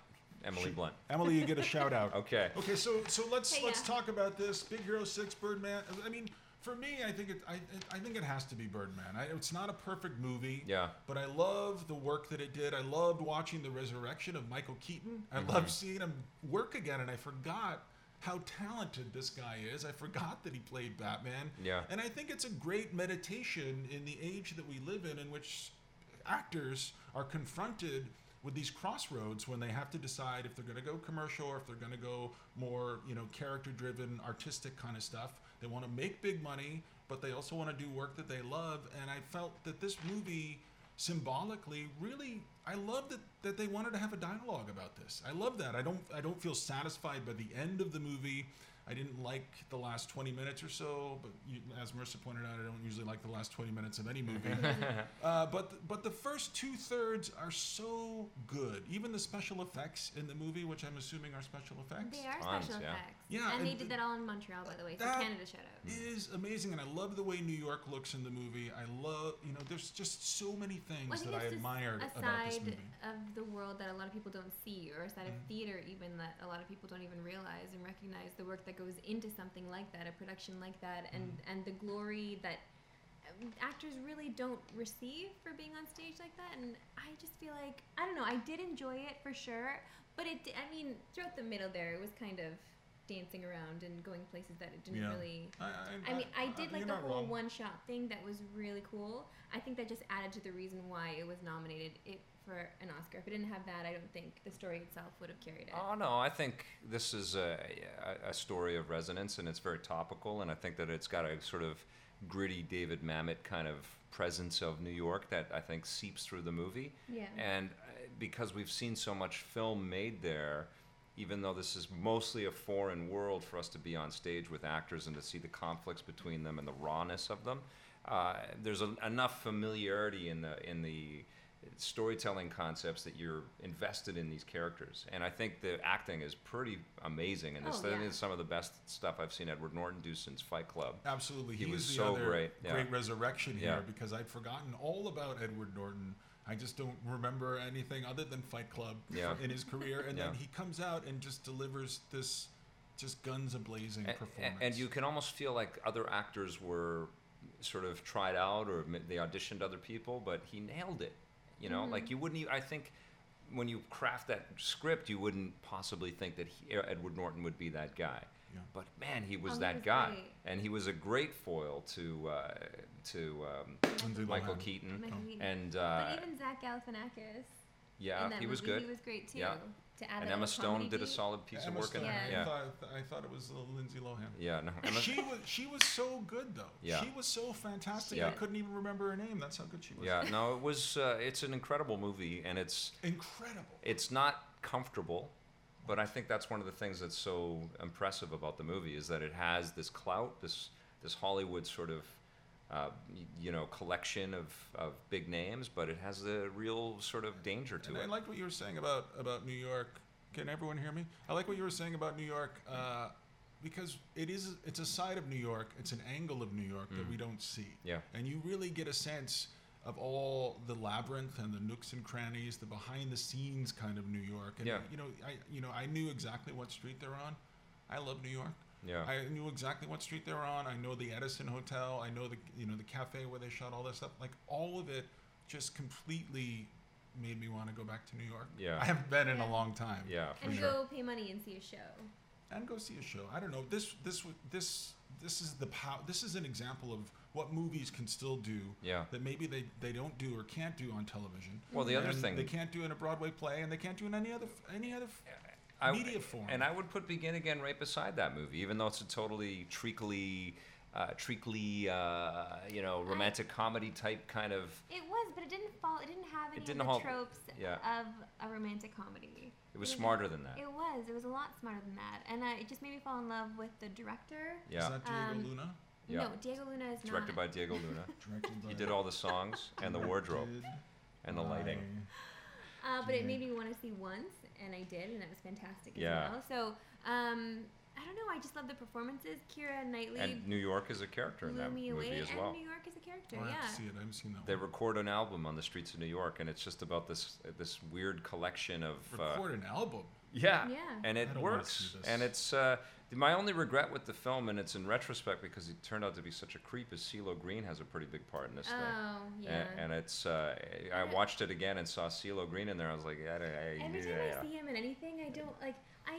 Speaker 1: Emily Blunt.
Speaker 3: Emily, you get a shout out.
Speaker 1: Okay.
Speaker 3: Okay, so so let's
Speaker 2: Hey,
Speaker 3: let's
Speaker 2: yeah.
Speaker 3: talk about this Big Hero Six Birdman. I mean, for me, I think it I, I think it has to be Birdman. I, it's not a perfect movie.
Speaker 1: Yeah.
Speaker 3: But I love the work that it did. I loved watching the resurrection of Michael Keaton.
Speaker 1: Mm-hmm.
Speaker 3: I love seeing him work again, and I forgot how talented this guy is. I forgot that he played Batman.
Speaker 1: Yeah.
Speaker 3: And I think it's a great meditation in the age that we live in, in which actors are confronted with these crossroads when they have to decide if they're going to go commercial or if they're going to go more, you know, character-driven, artistic kind of stuff. They want to make big money, but they also want to do work that they love. And I felt that this movie symbolically really I love that, that they wanted to have a dialogue about this. I love that. I don't I don't feel satisfied by the end of the movie. I didn't like the last 20 minutes or so, but you, as Marissa pointed out, I don't usually like the last 20 minutes of any movie. uh, but th- but the first two thirds are so good. Even the special effects in the movie, which I'm assuming are special effects.
Speaker 2: they are
Speaker 1: Tons,
Speaker 2: special
Speaker 1: yeah.
Speaker 2: effects.
Speaker 3: Yeah,
Speaker 2: and they
Speaker 3: and
Speaker 2: did
Speaker 3: the-
Speaker 2: that all in Montreal, by the way. So
Speaker 3: that-
Speaker 2: Canada shout out.
Speaker 3: Is amazing, and I love the way New York looks in the movie. I love, you know, there's just so many
Speaker 2: Well,
Speaker 3: things
Speaker 2: I think
Speaker 3: that I
Speaker 2: that's just
Speaker 3: admired
Speaker 2: a
Speaker 3: about this
Speaker 2: side
Speaker 3: movie. Mm-hmm.
Speaker 2: of the world that a lot of people don't see, or a side of theater even that a lot of people don't even realize and recognize the work that goes into something like that, a production like that, and
Speaker 3: Mm-hmm.
Speaker 2: and the glory that um, actors really don't receive for being on stage like that. And I just feel like I don't know. I did enjoy it for sure, but it. di- I mean, throughout the middle there, it was kind of dancing around and going places that it didn't
Speaker 3: Yeah.
Speaker 2: really.
Speaker 3: I,
Speaker 2: I mean, I did like
Speaker 3: Uh, you're
Speaker 2: the
Speaker 3: not
Speaker 2: whole
Speaker 3: wrong.
Speaker 2: one-shot thing. That was really cool. I think that just added to the reason why it was nominated it for an Oscar. If it didn't have that, I don't think the story itself would have carried it.
Speaker 1: Oh no, I think this is a, a, a story of resonance, and it's very topical. And I think that it's got a sort of gritty David Mamet kind of presence of New York that I think seeps through the movie.
Speaker 2: Yeah.
Speaker 1: And uh, because we've seen so much film made there, even though this is mostly a foreign world for us to be on stage with actors and to see the conflicts between them and the rawness of them, uh, there's en- enough familiarity in the in the storytelling concepts that you're invested in these characters. And I think the acting is pretty amazing in this.
Speaker 2: Oh,
Speaker 1: That
Speaker 2: yeah.
Speaker 1: is some of the best stuff I've seen Edward Norton do since Fight Club.
Speaker 3: Absolutely,
Speaker 1: He
Speaker 3: he's
Speaker 1: was
Speaker 3: the
Speaker 1: so
Speaker 3: other
Speaker 1: great, yeah.
Speaker 3: resurrection here
Speaker 1: Yeah.
Speaker 3: because I'd forgotten all about Edward Norton. I just don't remember anything other than Fight Club
Speaker 1: Yeah.
Speaker 3: in his career, and
Speaker 1: Yeah.
Speaker 3: then he comes out and just delivers this just guns a blazing
Speaker 1: A- a-
Speaker 3: performance.
Speaker 1: And you can almost feel like other actors were sort of tried out or ma- they auditioned other people, but he nailed it. You know,
Speaker 3: Mm-hmm.
Speaker 1: like you wouldn't. e- I think when you craft that script, you wouldn't possibly think that he, Edward Norton would be that guy.
Speaker 3: Yeah.
Speaker 1: But man, he was
Speaker 2: Oh, he
Speaker 1: that
Speaker 2: was
Speaker 1: guy,
Speaker 2: great.
Speaker 1: and he was a great foil to uh, to um,
Speaker 3: Lindsay
Speaker 1: Michael
Speaker 3: Lohan.
Speaker 1: Keaton.
Speaker 2: Michael Keaton.
Speaker 1: And uh,
Speaker 2: but even Zach Galifianakis
Speaker 1: yeah,
Speaker 2: in that
Speaker 1: he was
Speaker 2: movie,
Speaker 1: good.
Speaker 2: he was great too.
Speaker 1: Yeah,
Speaker 2: to add
Speaker 1: and
Speaker 2: that
Speaker 1: Emma
Speaker 2: little comedy
Speaker 1: Stone did a
Speaker 2: beat.
Speaker 1: solid piece of
Speaker 3: Emma
Speaker 1: work in
Speaker 3: Stone,
Speaker 1: there.
Speaker 2: that.
Speaker 3: I,
Speaker 1: Yeah,
Speaker 3: thought, I thought it was uh, Lindsay Lohan.
Speaker 1: yeah. No, Emma,
Speaker 3: She was she was so good though.
Speaker 1: Yeah.
Speaker 3: She was so fantastic. I
Speaker 1: Yeah.
Speaker 3: couldn't even remember her name. That's how good she was.
Speaker 1: yeah. No, it was. Uh, it's an incredible movie, and it's
Speaker 3: Incredible.
Speaker 1: it's not comfortable, but I think that's one of the things that's so impressive about the movie is that it has this clout, this this Hollywood sort of uh, y- you know collection of, of big names, but it has the real sort of danger to
Speaker 3: And I
Speaker 1: it.
Speaker 3: like what you were saying about about New York. Can everyone hear me? I like what you were saying about New York uh, because it is it's a side of New York. It's an angle of New York that we don't see.
Speaker 1: Mm. Yeah.
Speaker 3: And you really get a sense of all the labyrinth and the nooks and crannies, the behind the scenes kind of New York. And
Speaker 1: Yeah.
Speaker 3: you know, I you know, I knew exactly what street they're on. I love New York.
Speaker 1: Yeah.
Speaker 3: I knew exactly what street they were on. I know the Edison Hotel. I know the you know the cafe where they shot all this stuff. Like all of it, just completely made me want to go back to New York.
Speaker 1: Yeah.
Speaker 3: I haven't been in a
Speaker 2: Yeah.
Speaker 3: long time.
Speaker 1: yeah, for
Speaker 2: and
Speaker 1: sure.
Speaker 2: go pay money and see a show.
Speaker 3: and go see a show. I don't know. This this w- this this is the pow- This is an example of what movies can still do.
Speaker 1: Yeah.
Speaker 3: That maybe they they don't do or can't do on television.
Speaker 1: Well, the other
Speaker 3: And
Speaker 1: thing-
Speaker 3: they can't do in a Broadway play, and they can't do in any other f- any other. f-
Speaker 1: I-
Speaker 3: media form.
Speaker 1: And I would put Begin Again right beside that movie, even though it's a totally treacly, uh, treacly, uh, you know, romantic comedy type kind of.
Speaker 2: It was, but it didn't fall. It didn't have any
Speaker 1: didn't
Speaker 2: of the
Speaker 1: hold-
Speaker 2: tropes
Speaker 1: yeah.
Speaker 2: of a romantic comedy.
Speaker 1: It was smarter than that.
Speaker 2: It was. It was a lot smarter than that, and uh, it just made me fall in love with the director.
Speaker 3: Is
Speaker 1: Yeah,
Speaker 3: that Diego
Speaker 2: Um,
Speaker 3: Luna?
Speaker 1: Yeah.
Speaker 2: No, Diego Luna is
Speaker 1: directed by
Speaker 2: not.
Speaker 1: Diego Luna.
Speaker 3: Directed by
Speaker 1: He did all the songs and the wardrobe
Speaker 3: Directed
Speaker 1: and the lighting.
Speaker 3: by-
Speaker 2: Uh, but it
Speaker 1: Mm-hmm.
Speaker 3: Diego.
Speaker 2: made me want to see once, and I did, and that was fantastic
Speaker 1: Yeah.
Speaker 2: as well. So um, I don't know. I just love the performances. Kira Knightley
Speaker 1: And New York is a character in
Speaker 2: blew
Speaker 1: that
Speaker 2: me
Speaker 1: movie
Speaker 2: away,
Speaker 1: as well.
Speaker 2: and New York is a character.
Speaker 3: I'll have to see
Speaker 2: yeah.
Speaker 3: it. I haven't seen that
Speaker 1: They
Speaker 3: one.
Speaker 1: record an album on the streets of New York, and it's just about this this weird collection of uh,
Speaker 3: Record an album.
Speaker 1: Yeah.
Speaker 2: Yeah.
Speaker 1: And
Speaker 3: I
Speaker 1: it
Speaker 3: don't wanna
Speaker 1: works.
Speaker 3: see this.
Speaker 1: And it's uh, th- my only regret with the film, and it's in retrospect because he turned out to be such a creep. Is CeeLo Green has a pretty big part in this
Speaker 2: Oh
Speaker 1: thing. A-
Speaker 2: yeah.
Speaker 1: And, it's uh, I I watched it again and saw CeeLo Green in there. I was like, yeah, yeah,
Speaker 2: Every time
Speaker 1: yeah.
Speaker 2: I see him in anything, I don't like. I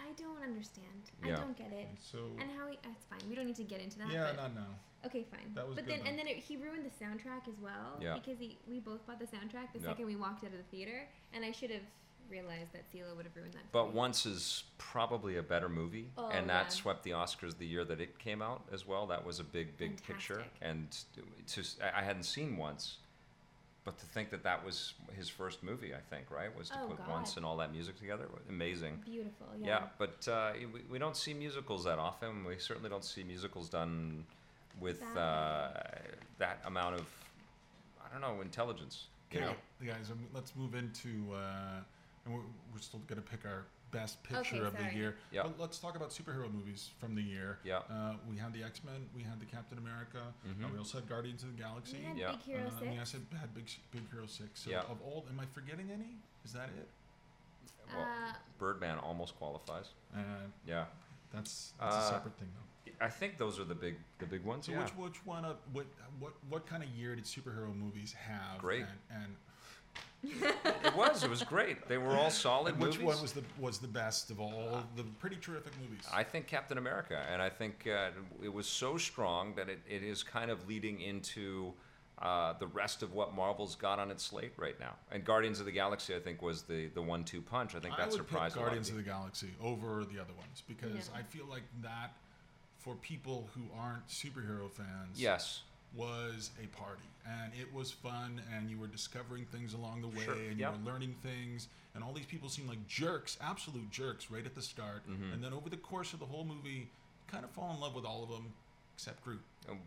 Speaker 2: I don't understand.
Speaker 1: Yeah.
Speaker 2: I don't get it.
Speaker 3: So
Speaker 2: And how he? That's fine. We don't need to get into that.
Speaker 3: yeah,
Speaker 2: but-
Speaker 3: not now.
Speaker 2: Okay, fine.
Speaker 3: That was
Speaker 2: but
Speaker 3: good
Speaker 2: then
Speaker 3: though.
Speaker 2: and then it, he ruined the soundtrack as well
Speaker 1: Yeah.
Speaker 2: because he, we both bought the soundtrack the
Speaker 1: Yeah.
Speaker 2: second we walked out of the theater, and I should have realized that CeeLo would have ruined that. for
Speaker 1: But
Speaker 2: me.
Speaker 1: Once is probably a better movie,
Speaker 2: Oh,
Speaker 1: and
Speaker 2: yeah.
Speaker 1: that swept the Oscars the year that it came out as well. That was a big, big picture,
Speaker 2: Fantastic.
Speaker 1: and to, s- I- I hadn't seen Once, but to think that that was his first movie, I think, right, was to
Speaker 2: Oh,
Speaker 1: put
Speaker 2: God.
Speaker 1: Once and all that music together. Wa- Amazing.
Speaker 2: beautiful,
Speaker 1: Yeah,
Speaker 2: yeah.
Speaker 1: but uh, y- we, we don't see musicals that often. We certainly don't see musicals done with
Speaker 2: That-
Speaker 1: uh, that amount of, I don't know, intelligence. You
Speaker 3: Okay,
Speaker 1: know?
Speaker 3: guys, um, let's move into. Uh, and we're, we're still gonna pick our best picture
Speaker 2: Okay,
Speaker 3: of
Speaker 2: sorry.
Speaker 3: the year.
Speaker 1: Yeah.
Speaker 3: But let's talk about superhero movies from the year.
Speaker 1: Yeah.
Speaker 3: Uh, we had the X Men. We had the Captain America. Uh,
Speaker 1: Mhm.
Speaker 3: we also had Guardians of the
Speaker 2: We
Speaker 3: Galaxy.
Speaker 2: had
Speaker 1: Yeah.
Speaker 2: Big Hero
Speaker 3: uh,
Speaker 2: Six.
Speaker 3: and we also had Big, S- Big Hero Six. So
Speaker 1: Yeah.
Speaker 3: of all, am I forgetting any? Is that it?
Speaker 1: Well,
Speaker 2: Uh,
Speaker 1: Birdman almost qualifies.
Speaker 3: Uh,
Speaker 1: Yeah.
Speaker 3: that's that's a
Speaker 1: Uh,
Speaker 3: separate thing though.
Speaker 1: I think those are the big the big ones.
Speaker 3: So
Speaker 1: yeah.
Speaker 3: which which one of what what what kind of year did superhero movies have?
Speaker 1: Great.
Speaker 3: And, and
Speaker 1: it was. It was great. They were all solid
Speaker 3: and which
Speaker 1: movies. Ah.
Speaker 3: one was the was the best of all the pretty terrific movies?
Speaker 1: I think Captain America, and I think uh, it was so strong that it, it is kind of leading into uh, the rest of what Marvel's got on its slate right now. And Guardians of the Galaxy, I think, was the, the one two punch. I think that
Speaker 3: would
Speaker 1: surprised
Speaker 3: pick
Speaker 1: a lot
Speaker 3: Guardians
Speaker 1: of
Speaker 3: of the Galaxy over the other ones because
Speaker 2: Yeah.
Speaker 3: I feel like that for people who aren't superhero fans
Speaker 1: people. Yes.
Speaker 3: was a party and it was fun and you were discovering things along the way
Speaker 1: Sure,
Speaker 3: and
Speaker 1: yeah.
Speaker 3: you were learning things and all these people seemed like jerks absolute jerks right at the start
Speaker 1: Mm-hmm.
Speaker 3: and then over the course of the whole movie kind of fall in love with all of them except Groot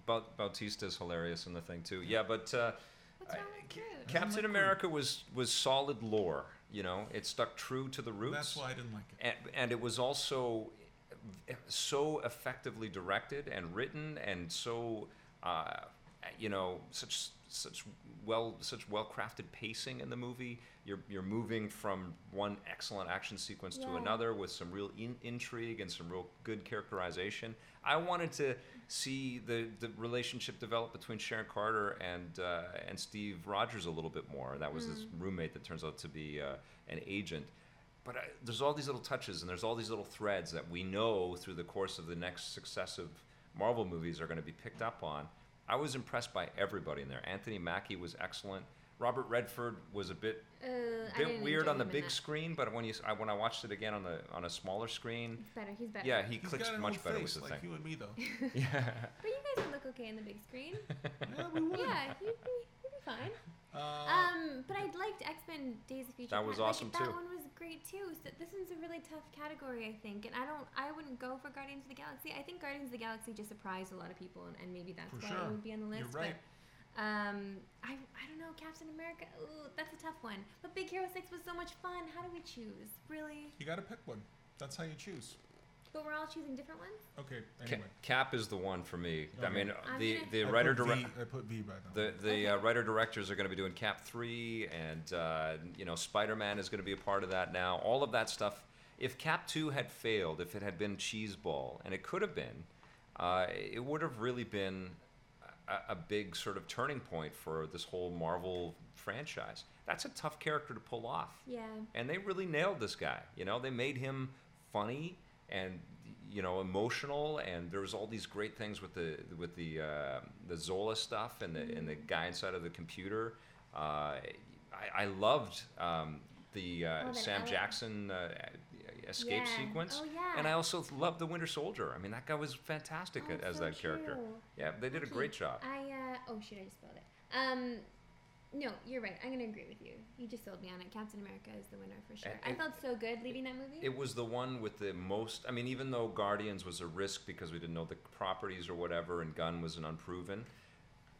Speaker 1: Baut- Bautista's hilarious in the thing too. Yeah, but uh,
Speaker 2: What's wrong with Groot?
Speaker 1: Captain
Speaker 3: like
Speaker 1: America was was solid lore. You know, it stuck true to the roots.
Speaker 3: that's why I didn't like it
Speaker 1: and, and it was also so effectively directed and written and so uh, you know such such well such well crafted pacing in the movie you're you're moving from one excellent action sequence to
Speaker 2: Yeah.
Speaker 1: another with some real in- intrigue and some real good characterization i wanted to see the, the relationship develop between sharon carter and uh, and steve rogers a little bit more that was his roommate that turns out to be uh, an agent but I, there's all these little touches and there's all these little threads that we know through the course of the next successive Marvel movies are going to be picked up on. I was impressed by everybody in there. Anthony Mackie was excellent. Robert Redford was a bit
Speaker 2: Uh, I
Speaker 1: bit
Speaker 2: didn't
Speaker 1: weird
Speaker 2: enjoy
Speaker 1: on the
Speaker 2: him in
Speaker 1: big
Speaker 2: that.
Speaker 1: screen, but when you s- I, when I watched it again on the on a smaller screen,
Speaker 2: He's better. He's better.
Speaker 1: yeah, he
Speaker 3: He's
Speaker 1: clicks
Speaker 3: got an
Speaker 1: much
Speaker 3: old
Speaker 1: better
Speaker 3: face,
Speaker 1: with the
Speaker 3: like
Speaker 1: thing.
Speaker 3: you and me, though.
Speaker 1: Yeah.
Speaker 2: But you guys would look okay in the big screen.
Speaker 3: yeah, we would.
Speaker 2: yeah, you'd be, you'd be fine.
Speaker 3: Uh,
Speaker 2: Um, but I liked X Men Days of Future.
Speaker 1: That was
Speaker 2: Past. Like,
Speaker 1: awesome, too.
Speaker 2: That one was great too. So this one's a really tough category, I think, and I don't, I wouldn't go for Guardians of the Galaxy. I think Guardians of the Galaxy just surprised a lot of people, and, and maybe that's
Speaker 3: For
Speaker 2: why
Speaker 3: sure.
Speaker 2: it would be on the list.
Speaker 3: You're right.
Speaker 2: But, um, I, I don't know, Captain America. Ooh, that's a tough one. But Big Hero Six was so much fun. How do we choose? Really?
Speaker 3: you got to pick one. That's how you choose.
Speaker 2: But we're all choosing different ones.
Speaker 3: Okay.
Speaker 1: Ca-
Speaker 3: Anyway,
Speaker 1: Cap is the one for me. I
Speaker 3: Okay.
Speaker 1: mean, uh,
Speaker 2: I'm
Speaker 1: the
Speaker 2: gonna-
Speaker 1: the
Speaker 3: I
Speaker 1: writer
Speaker 3: put
Speaker 1: direct.
Speaker 3: V- I put V by the
Speaker 1: The,
Speaker 3: way.
Speaker 1: the uh,
Speaker 2: Okay.
Speaker 1: writer directors are going to be doing Cap 3, and uh, you know Spider Man is going to be a part of that now. All of that stuff. If Cap 2 had failed, if it had been Cheeseball, and it could have been, uh, it would have really been a, a big sort of turning point for this whole Marvel franchise. That's a tough character to pull off
Speaker 2: Yeah.
Speaker 1: and they really nailed this guy. You know, they made him funny and you know emotional, and there was all these great things with the with the uh, the Zola stuff and the and the guy inside of the computer. Uh, I, I loved um, the uh,
Speaker 2: Oh, that
Speaker 1: Sam
Speaker 2: ele-
Speaker 1: Jackson uh, escape
Speaker 2: Yeah.
Speaker 1: sequence,
Speaker 2: Oh, yeah.
Speaker 1: and I also loved the Winter Soldier. I mean, that guy was fantastic
Speaker 2: Oh,
Speaker 1: a- as
Speaker 2: so
Speaker 1: that character.
Speaker 2: true.
Speaker 1: Yeah, they did a
Speaker 2: Okay,
Speaker 1: great job.
Speaker 2: I uh, oh shit, I just spelled it. Um, no, you're right. I'm gonna agree with you. You just sold me on it. Captain America is the winner for sure.
Speaker 1: And-
Speaker 2: I
Speaker 1: and-
Speaker 2: felt so good leaving that movie.
Speaker 1: It was the one with the most. I mean, even though Guardians was a risk because we didn't know the properties or whatever, and Gun was an unproven,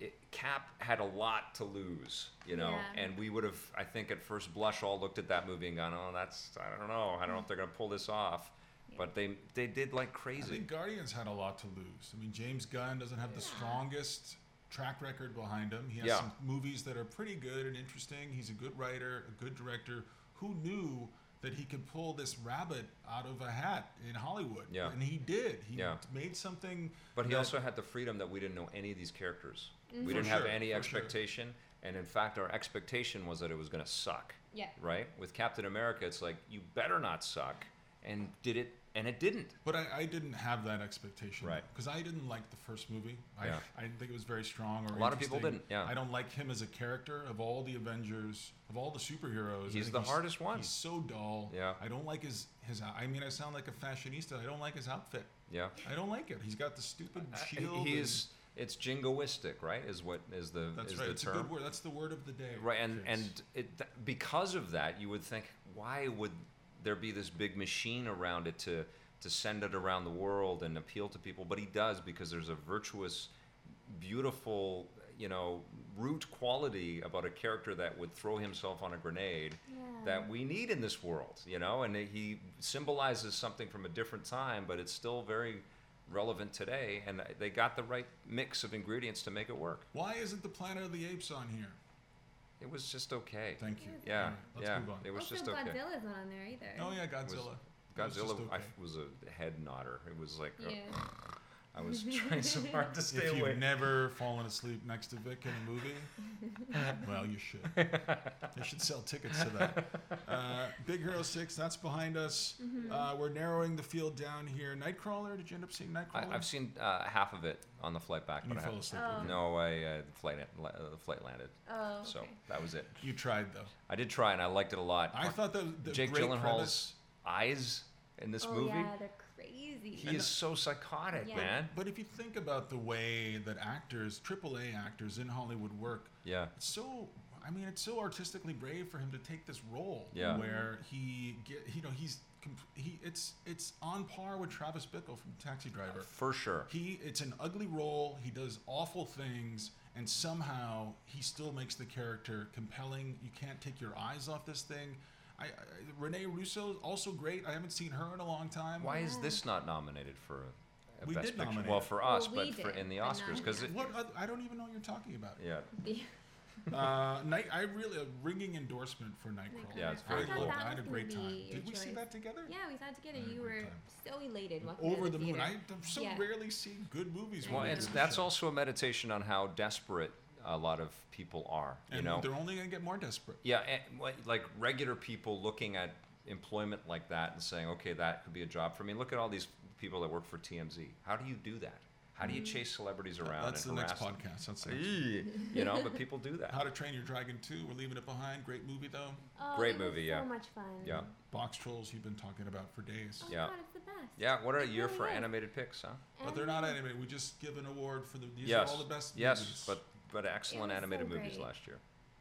Speaker 1: it, Cap had a lot to lose, you know.
Speaker 2: Yeah.
Speaker 1: And we would have, I think, at first blush, all looked at that movie and gone, "Oh, that's I don't know. I don't know if they're gonna pull this off." But they they did like
Speaker 3: I
Speaker 1: crazy.
Speaker 3: think Guardians had a lot to lose. I mean, James Gunn doesn't have the
Speaker 2: Yeah.
Speaker 3: strongest track record behind him. He has
Speaker 1: Yeah.
Speaker 3: some movies that are pretty good and interesting. He's a good writer, a good director. Who knew that he could pull this rabbit out of a hat in Hollywood?
Speaker 1: Yeah.
Speaker 3: And he did. He
Speaker 1: Yeah.
Speaker 3: made something.
Speaker 1: But he
Speaker 3: that-
Speaker 1: also had the freedom that we didn't know any of these characters. We
Speaker 3: For
Speaker 1: didn't have
Speaker 3: sure,
Speaker 1: any
Speaker 3: for sure.
Speaker 1: expectation, and in fact, our expectation was that it was gonna suck.
Speaker 2: yeah.
Speaker 1: right? With Captain America, it's like you better not suck, and did it, and it didn't.
Speaker 3: But I, I didn't have that expectation.
Speaker 1: Right.
Speaker 3: Because I didn't like the first movie. I,
Speaker 1: Yeah.
Speaker 3: I didn't think it was very strong or
Speaker 1: A lot of people
Speaker 3: interesting.
Speaker 1: didn't, yeah.
Speaker 3: I don't like him as a character. Of all the Avengers, of all the superheroes, I
Speaker 1: He's
Speaker 3: think
Speaker 1: the hardest one.
Speaker 3: He's so dull.
Speaker 1: Yeah.
Speaker 3: I don't like his his. out- I mean, I sound like a fashionista. I don't like his outfit.
Speaker 1: Yeah,
Speaker 3: I don't like it. He's got the stupid shield.
Speaker 1: Uh, he
Speaker 3: and-
Speaker 1: is. It's jingoistic, right? Is what is the
Speaker 3: That's
Speaker 1: is
Speaker 3: right.
Speaker 1: the
Speaker 3: It's
Speaker 1: term
Speaker 3: a good word. That's the word of the day.
Speaker 1: right? And
Speaker 3: kids.
Speaker 1: and it, th- because of that, you would think why would there be this big machine around it to to send it around the world and appeal to people? But he does because there's a virtuous, beautiful, you know, root quality about a character that would throw himself on a grenade
Speaker 2: Yeah.
Speaker 1: that we need in this world, you know, and he symbolizes something from a different time, but it's still very relevant today. And they got the right mix of ingredients to make it work.
Speaker 3: why isn't the Planet of the Apes on here?
Speaker 1: It was just okay.
Speaker 3: Thank you. All
Speaker 1: yeah,
Speaker 3: right, let's
Speaker 1: yeah,
Speaker 3: move on.
Speaker 1: it was
Speaker 2: also,
Speaker 1: just okay.
Speaker 2: Godzilla's not on there either.
Speaker 3: Oh yeah, Godzilla. It was just
Speaker 1: Godzilla, I
Speaker 3: okay.
Speaker 1: f- was a head nodder. It was like uh,
Speaker 2: Yeah.
Speaker 1: I was trying so hard to stay
Speaker 3: if
Speaker 1: away.
Speaker 3: you've never fallen asleep next to Vic in a movie, well, you should. You should sell tickets to that. Uh, Big Hero Six, that's behind us.
Speaker 1: Mm-hmm.
Speaker 3: Uh, we're narrowing the field down here. Nightcrawler, did you end up seeing Nightcrawler?
Speaker 1: I, I've seen uh, half of it on the flight back,
Speaker 3: you
Speaker 1: but I
Speaker 3: fell
Speaker 1: haven't.
Speaker 3: asleep.
Speaker 2: Oh.
Speaker 1: No, I uh, the flight la- uh, the flight landed,
Speaker 2: Oh. Okay.
Speaker 1: so that was it.
Speaker 3: You tried though.
Speaker 1: I did try and I liked it a lot.
Speaker 3: I thought that the
Speaker 1: Jake
Speaker 3: great
Speaker 1: Gyllenhaal's
Speaker 3: premise.
Speaker 1: eyes in this
Speaker 2: oh
Speaker 1: movie.
Speaker 2: yeah, they're crazy.
Speaker 1: He is so psychotic,
Speaker 2: Yeah.
Speaker 1: man.
Speaker 3: But if you think about the way that actors, AAA actors in Hollywood work,
Speaker 1: Yeah.
Speaker 3: it's so i mean it's so artistically brave for him to take this role
Speaker 1: Yeah.
Speaker 3: where he get you know he's comp- he it's it's on par with travis bickle from taxi driver
Speaker 1: For sure.
Speaker 3: he it's an ugly role he does awful things and somehow he still makes the character compelling you can't take your eyes off this thing I, I renee russo also great i haven't seen her in a long time
Speaker 1: Why is
Speaker 2: Yeah.
Speaker 1: this not nominated for a
Speaker 3: We
Speaker 1: best
Speaker 3: did
Speaker 1: picture?
Speaker 3: nominate
Speaker 1: Well,
Speaker 3: it.
Speaker 1: for us,
Speaker 2: Well, we
Speaker 1: but for
Speaker 2: did,
Speaker 1: in the
Speaker 2: but
Speaker 1: Oscars
Speaker 2: not
Speaker 1: because
Speaker 2: here.
Speaker 1: it.
Speaker 3: what oth- i don't even know what you're talking about
Speaker 1: Yeah.
Speaker 2: Yeah.
Speaker 3: uh, night, I really a ringing endorsement for Nightcrawler.
Speaker 1: Yeah, it's
Speaker 3: I
Speaker 1: very
Speaker 3: loved
Speaker 1: cool.
Speaker 3: it.
Speaker 1: I
Speaker 2: thought
Speaker 3: I had a
Speaker 2: that was
Speaker 3: great
Speaker 2: gonna
Speaker 3: time.
Speaker 2: be
Speaker 3: Did
Speaker 2: your
Speaker 3: we see
Speaker 2: choice.
Speaker 3: that together?
Speaker 2: yeah, we saw it together.
Speaker 3: I had a
Speaker 2: You
Speaker 3: good
Speaker 2: were
Speaker 3: time.
Speaker 2: so elated walking out
Speaker 3: over
Speaker 2: of
Speaker 3: the
Speaker 2: the
Speaker 3: moon.
Speaker 2: theater.
Speaker 3: I, I'm so
Speaker 2: Yeah.
Speaker 3: rarely see good movies.
Speaker 1: Well,
Speaker 3: when we
Speaker 1: it's,
Speaker 3: do
Speaker 1: that's
Speaker 3: show.
Speaker 1: also a meditation on how desperate a lot of people are. You
Speaker 3: And
Speaker 1: know.
Speaker 3: they're only gonna get more desperate.
Speaker 1: Yeah, and, like- like regular people looking at employment like that and saying, okay, that could be a job for me. Look at all these people that work for TMZ. How do you do that? How do you
Speaker 2: Mm-hmm.
Speaker 1: chase celebrities around?
Speaker 3: That's the
Speaker 1: and
Speaker 3: next
Speaker 1: harass them?
Speaker 3: podcast. That's the next
Speaker 1: Eee, You know, but people do that.
Speaker 3: How to Train Your Dragon 2. We're leaving it behind. Great movie, though.
Speaker 2: Oh,
Speaker 1: Great
Speaker 2: it was
Speaker 1: movie,
Speaker 2: so
Speaker 1: yeah.
Speaker 2: much fun.
Speaker 1: Yeah.
Speaker 3: Box Trolls, you've been talking about for days.
Speaker 2: Oh
Speaker 1: Yeah.
Speaker 2: God, it's the best.
Speaker 1: Yeah, what a year for
Speaker 2: Yeah.
Speaker 1: animated picks, huh?
Speaker 3: But they're not animated. We just give an award for the. These
Speaker 1: Oh, yes.
Speaker 3: are all the best
Speaker 1: yes,
Speaker 3: movies.
Speaker 1: but but excellent
Speaker 2: was so
Speaker 1: animated movies
Speaker 2: great.
Speaker 1: last year.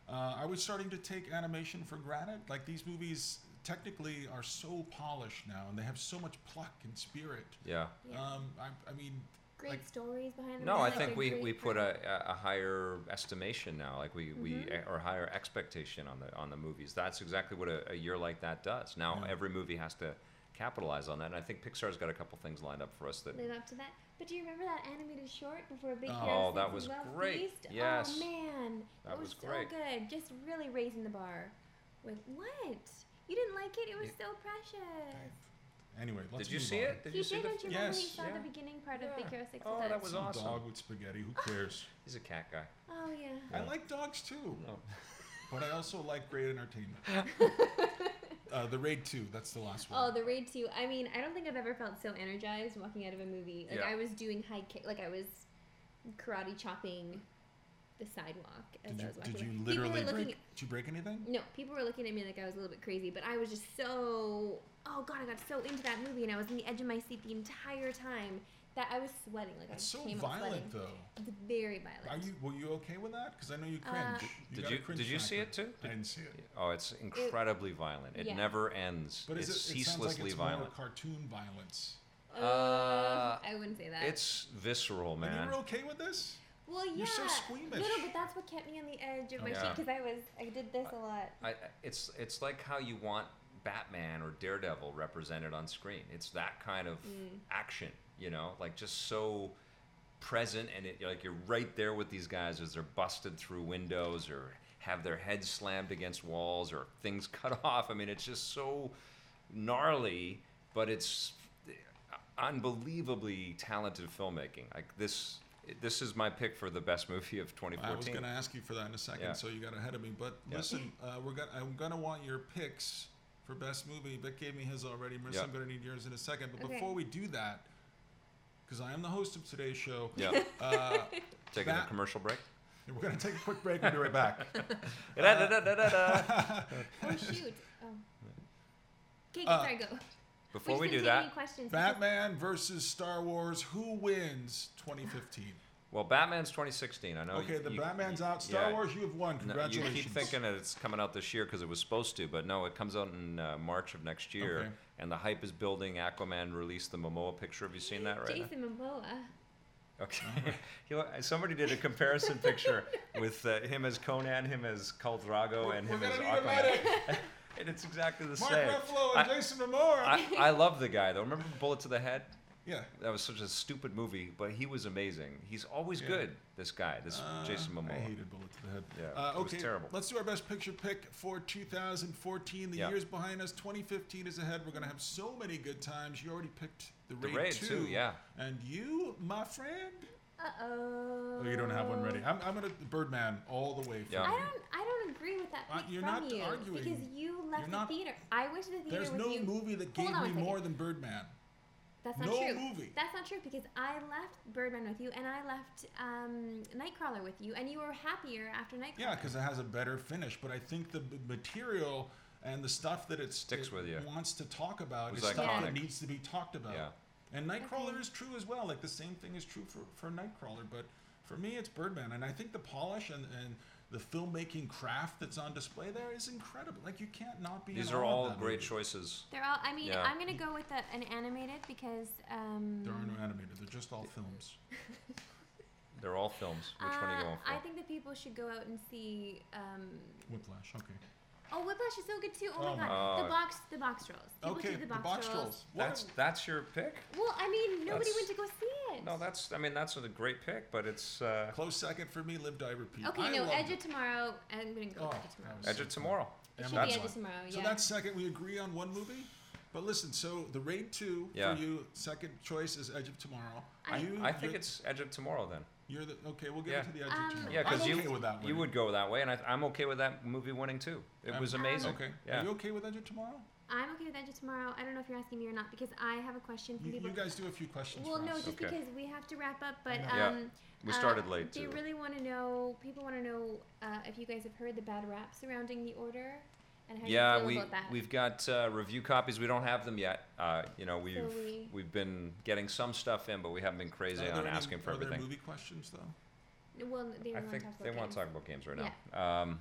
Speaker 3: Uh, are we starting to take animation for granted? Like these movies technically are so polished now, and they have so much pluck and spirit.
Speaker 1: Yeah.
Speaker 2: Yeah.
Speaker 3: Um, I, I mean,
Speaker 2: great
Speaker 3: like-
Speaker 2: stories behind them.
Speaker 1: No,
Speaker 2: They're
Speaker 1: I
Speaker 2: like
Speaker 1: think
Speaker 2: a
Speaker 1: we,
Speaker 2: great
Speaker 1: we put
Speaker 2: brand.
Speaker 1: a, a a higher estimation now, like we, we
Speaker 2: Mm-hmm.
Speaker 1: or higher expectation on the on the movies. That's exactly what a, a year like that does. Now
Speaker 3: Yeah.
Speaker 1: every movie has to capitalize on that, and I think Pixar's got a couple things lined up for us that
Speaker 2: live up to that. But do you remember that animated short before Big
Speaker 3: Oh,
Speaker 2: Hero
Speaker 1: that
Speaker 2: Six
Speaker 1: was
Speaker 2: Love
Speaker 1: great.
Speaker 2: Feast?
Speaker 1: Yes.
Speaker 2: Oh man,
Speaker 1: That
Speaker 2: it was,
Speaker 1: was great.
Speaker 2: so good. Just really raising the bar. With what? You didn't like it? It was so precious.
Speaker 3: anyway, let's
Speaker 1: Did you
Speaker 3: move
Speaker 1: see
Speaker 3: on.
Speaker 1: it? Did
Speaker 2: he
Speaker 1: you see
Speaker 2: did.
Speaker 1: the?
Speaker 2: Don't you remember he
Speaker 3: Yes.
Speaker 2: saw
Speaker 1: Yeah.
Speaker 2: the beginning part of Big
Speaker 1: Yeah.
Speaker 2: Hero Six?
Speaker 1: Oh,
Speaker 2: with
Speaker 1: that
Speaker 2: us?
Speaker 1: was
Speaker 3: Some
Speaker 1: awesome.
Speaker 3: Dog with spaghetti. Who cares?
Speaker 1: He's a cat guy.
Speaker 2: Oh yeah.
Speaker 3: I
Speaker 1: Yeah.
Speaker 3: like dogs too,
Speaker 1: No.
Speaker 3: but I also like great entertainment. uh, the Raid Two. That's the last one.
Speaker 2: Oh, the raid too. I mean, I don't think I've ever felt so energized walking out of a movie. Like
Speaker 1: Yeah.
Speaker 2: I was doing high kick, like I was karate chopping the sidewalk as
Speaker 3: did
Speaker 2: I
Speaker 3: you
Speaker 2: was walking.
Speaker 3: did
Speaker 2: by.
Speaker 3: you
Speaker 2: People were
Speaker 3: literally
Speaker 2: looking
Speaker 3: break? Did you break anything?
Speaker 2: No, people were looking at me like I was a little bit crazy, but I was just so oh god, I got so into that movie and I was on the edge of my seat the entire time that I was sweating. Like
Speaker 3: It's
Speaker 2: I
Speaker 3: so
Speaker 2: came up sweating.
Speaker 3: violent, though.
Speaker 2: It's very
Speaker 3: Are
Speaker 2: violent.
Speaker 3: you were you okay with that? Because I know you
Speaker 2: Uh,
Speaker 3: cringe.
Speaker 1: Did
Speaker 3: got a
Speaker 1: you
Speaker 3: cringe
Speaker 1: did you see it
Speaker 3: factor.
Speaker 1: too?
Speaker 3: I didn't see it.
Speaker 1: Oh, it's incredibly violent. It
Speaker 2: yeah.
Speaker 1: never ends.
Speaker 3: But is
Speaker 1: it's
Speaker 3: it, it sounds like
Speaker 1: ceaselessly
Speaker 3: it's more
Speaker 1: violent.
Speaker 3: cartoon violence.
Speaker 2: Uh,
Speaker 1: Uh,
Speaker 2: I wouldn't say that.
Speaker 1: It's visceral,
Speaker 3: And you
Speaker 1: man.
Speaker 3: were okay with this?
Speaker 2: well, yeah,
Speaker 3: you're so squeamish.
Speaker 2: No, no, but that's what kept me on the edge of my
Speaker 1: Yeah.
Speaker 2: seat because I was I did this a lot.
Speaker 1: I, I- it's it's like how you want Batman or Daredevil represented on screen. It's that kind of action, you know, like just so present and it like you're right there with these guys as they're busted through windows or have their heads slammed against walls or things cut off. I mean, it's just so gnarly, but it's unbelievably talented filmmaking. Like this this is my pick for the best movie of
Speaker 3: I was
Speaker 1: 2014.
Speaker 3: going to ask you for that in a second,
Speaker 1: Yeah.
Speaker 3: so you got ahead of me. But
Speaker 1: Yeah.
Speaker 3: listen, uh, we're gonna, I'm going to want your picks for best movie. Vic gave me his already. Marissa,
Speaker 1: Yeah.
Speaker 3: I'm going to need yours in a second. But
Speaker 2: Okay.
Speaker 3: before we do that, because I am the host of today's show,
Speaker 1: yeah,
Speaker 3: uh,
Speaker 1: taking a
Speaker 3: Bat-
Speaker 1: commercial break.
Speaker 3: we're going to take a quick break. We'll be right back. uh,
Speaker 1: Da-da-da-da-da.
Speaker 2: Oh shoot. Oh. Okay,
Speaker 3: Uh,
Speaker 2: sorry, go.
Speaker 1: Before
Speaker 2: just
Speaker 1: we
Speaker 2: didn't
Speaker 1: do
Speaker 2: take
Speaker 1: that,
Speaker 2: any questions.
Speaker 3: Batman versus Star Wars. Who wins 2015?
Speaker 1: well, Batman's 2016. I know.
Speaker 3: okay,
Speaker 1: you-
Speaker 3: the
Speaker 1: you-
Speaker 3: Batman's
Speaker 1: you-
Speaker 3: out. Star
Speaker 1: yeah.
Speaker 3: Wars, you have won.
Speaker 1: No, you
Speaker 3: Congratulations.
Speaker 1: keep thinking that it's coming out this year because it was supposed to, but no, it comes out in uh, March of next year,
Speaker 3: Okay.
Speaker 1: and the hype is building. Aquaman released the Momoa picture. Have you seen that right? now?
Speaker 2: Jason Momoa.
Speaker 1: Okay. He lo- somebody did a comparison picture with uh, him as Conan, him as Khal Drago, and
Speaker 3: We're
Speaker 1: him
Speaker 3: gonna
Speaker 1: as
Speaker 3: need a
Speaker 1: Aquaman, and it's exactly the
Speaker 3: Mark
Speaker 1: same.
Speaker 3: Ruffalo
Speaker 1: I-
Speaker 3: and Jason Momoa.
Speaker 1: I, I love the guy though. Remember Bullet to the Head?
Speaker 3: yeah.
Speaker 1: That was such a stupid movie, but he was amazing. He's always
Speaker 3: Yeah.
Speaker 1: good. This guy, this
Speaker 3: Uh,
Speaker 1: Jason Momoa.
Speaker 3: I hated Bullet to the Head.
Speaker 1: Yeah,
Speaker 3: uh,
Speaker 1: it was
Speaker 3: okay,
Speaker 1: terrible.
Speaker 3: Let's do our best picture pick for 2014. The
Speaker 1: Yeah.
Speaker 3: year's behind us. 2015 is ahead. We're going to have so many good times. You already picked the Raid,
Speaker 1: The Raid
Speaker 3: 2.
Speaker 1: 2, yeah.
Speaker 3: And you, my friend.
Speaker 2: Uh oh.
Speaker 3: Oh, you don't have one ready. I'm, I'm going to Birdman all the way. for
Speaker 1: Yeah.
Speaker 2: I
Speaker 3: you.
Speaker 2: don't. I don't agree with that
Speaker 3: Uh,
Speaker 2: pick
Speaker 3: you're
Speaker 2: from
Speaker 3: not
Speaker 2: you
Speaker 3: arguing.
Speaker 2: because you left
Speaker 3: You're
Speaker 2: the
Speaker 3: not-
Speaker 2: theater. I went to the theater
Speaker 3: There's
Speaker 2: with
Speaker 3: no
Speaker 2: you.
Speaker 3: movie that
Speaker 2: Hold
Speaker 3: gave
Speaker 2: on one
Speaker 3: me
Speaker 2: second.
Speaker 3: more than Birdman.
Speaker 2: That's not
Speaker 3: no
Speaker 2: true.
Speaker 3: movie.
Speaker 2: That's not true because I left Birdman with you and I left um, Nightcrawler with you, and you were happier after Nightcrawler.
Speaker 3: Yeah, because it has a better finish. But I think the b- material and the stuff that it
Speaker 1: Sticks
Speaker 3: it
Speaker 1: with you.
Speaker 3: wants to talk about
Speaker 1: Was
Speaker 3: is stuff
Speaker 1: iconic.
Speaker 3: that needs to be talked about.
Speaker 1: Yeah.
Speaker 3: And Nightcrawler
Speaker 2: Okay.
Speaker 3: is true as well. Like the same thing is true for, for Nightcrawler. But for me, it's Birdman. And I think the polish and, and the filmmaking craft that's on display there is incredible. Like you can't not be. in
Speaker 1: These are
Speaker 3: awe of
Speaker 1: all
Speaker 3: that
Speaker 1: great
Speaker 3: movie.
Speaker 1: choices.
Speaker 2: They're all. I mean,
Speaker 1: Yeah.
Speaker 2: I'm gonna go with the, an animated because. Um,
Speaker 3: There are no animated. They're just all films.
Speaker 1: They're all films. Which one are you
Speaker 2: uh,
Speaker 1: going for?
Speaker 2: I think that people should go out and see. Um,
Speaker 3: Whiplash. Okay.
Speaker 2: oh, Whiplash is so good too. Oh,
Speaker 3: Oh
Speaker 2: my
Speaker 3: my-
Speaker 2: god, the
Speaker 1: Oh.
Speaker 2: box, the box rolls. People
Speaker 3: okay.
Speaker 2: do the box, rolls.
Speaker 3: What
Speaker 1: that's
Speaker 3: a-
Speaker 1: that's your pick.
Speaker 2: Well, I mean, nobody
Speaker 1: That's-
Speaker 2: went to go see it.
Speaker 1: No, that's I mean that's a great pick, but it's uh,
Speaker 3: close second for me. Live, die, repeat.
Speaker 2: Okay,
Speaker 3: I
Speaker 2: no,
Speaker 3: loved
Speaker 2: Edge
Speaker 3: it.
Speaker 2: of Tomorrow. I'm gonna go
Speaker 3: Oh,
Speaker 2: with Edge of
Speaker 3: that
Speaker 2: Tomorrow.
Speaker 3: was-
Speaker 1: Edge of Tomorrow.
Speaker 2: It
Speaker 3: Yeah,
Speaker 2: should
Speaker 3: that's
Speaker 2: be Edge of
Speaker 3: one.
Speaker 2: Tomorrow. Yeah.
Speaker 3: So that's second. We agree on one movie. But listen, so the raid two
Speaker 1: Yeah.
Speaker 3: for you, second choice is Edge of Tomorrow.
Speaker 2: I-
Speaker 3: you,
Speaker 1: I think
Speaker 3: you're-
Speaker 1: it's Edge of Tomorrow then.
Speaker 3: you're the okay. We'll get
Speaker 1: Yeah.
Speaker 3: into the Edge
Speaker 2: Um,
Speaker 3: of Tomorrow.
Speaker 1: Yeah, because
Speaker 3: I'm
Speaker 1: you
Speaker 3: okay with that
Speaker 1: you
Speaker 3: winning.
Speaker 1: would go that way, and I, I'm okay with that movie winning too. It
Speaker 3: Um,
Speaker 1: was amazing.
Speaker 3: Okay.
Speaker 1: Yeah.
Speaker 3: Are you okay with Edge of Tomorrow?
Speaker 2: I'm okay with Edge of Tomorrow. I don't know if you're asking me or not because I have a question from
Speaker 3: You,
Speaker 2: people.
Speaker 3: you guys do a few questions.
Speaker 2: well,
Speaker 3: for
Speaker 2: no,
Speaker 3: us.
Speaker 2: just
Speaker 1: Okay.
Speaker 2: because we have to wrap up. But
Speaker 1: Yeah.
Speaker 2: um,
Speaker 1: We
Speaker 2: uh,
Speaker 1: started late
Speaker 2: They
Speaker 1: too.
Speaker 2: really want to know. People want to know uh, if you guys have heard the bad rap surrounding the order and how you
Speaker 1: yeah,
Speaker 2: feel
Speaker 1: we
Speaker 2: about that.
Speaker 1: we've got uh, review copies. We don't have them yet. Uh, you know, we've
Speaker 2: we-
Speaker 1: we've been getting some stuff in, but we haven't been
Speaker 3: Are
Speaker 1: crazy
Speaker 3: there
Speaker 1: on
Speaker 3: any-
Speaker 1: asking for
Speaker 3: are there
Speaker 1: everything.
Speaker 3: movie questions though,
Speaker 2: well, they
Speaker 1: I
Speaker 2: want
Speaker 1: think
Speaker 2: to talk about
Speaker 1: they want
Speaker 2: games.
Speaker 1: to talk about games right now. Um,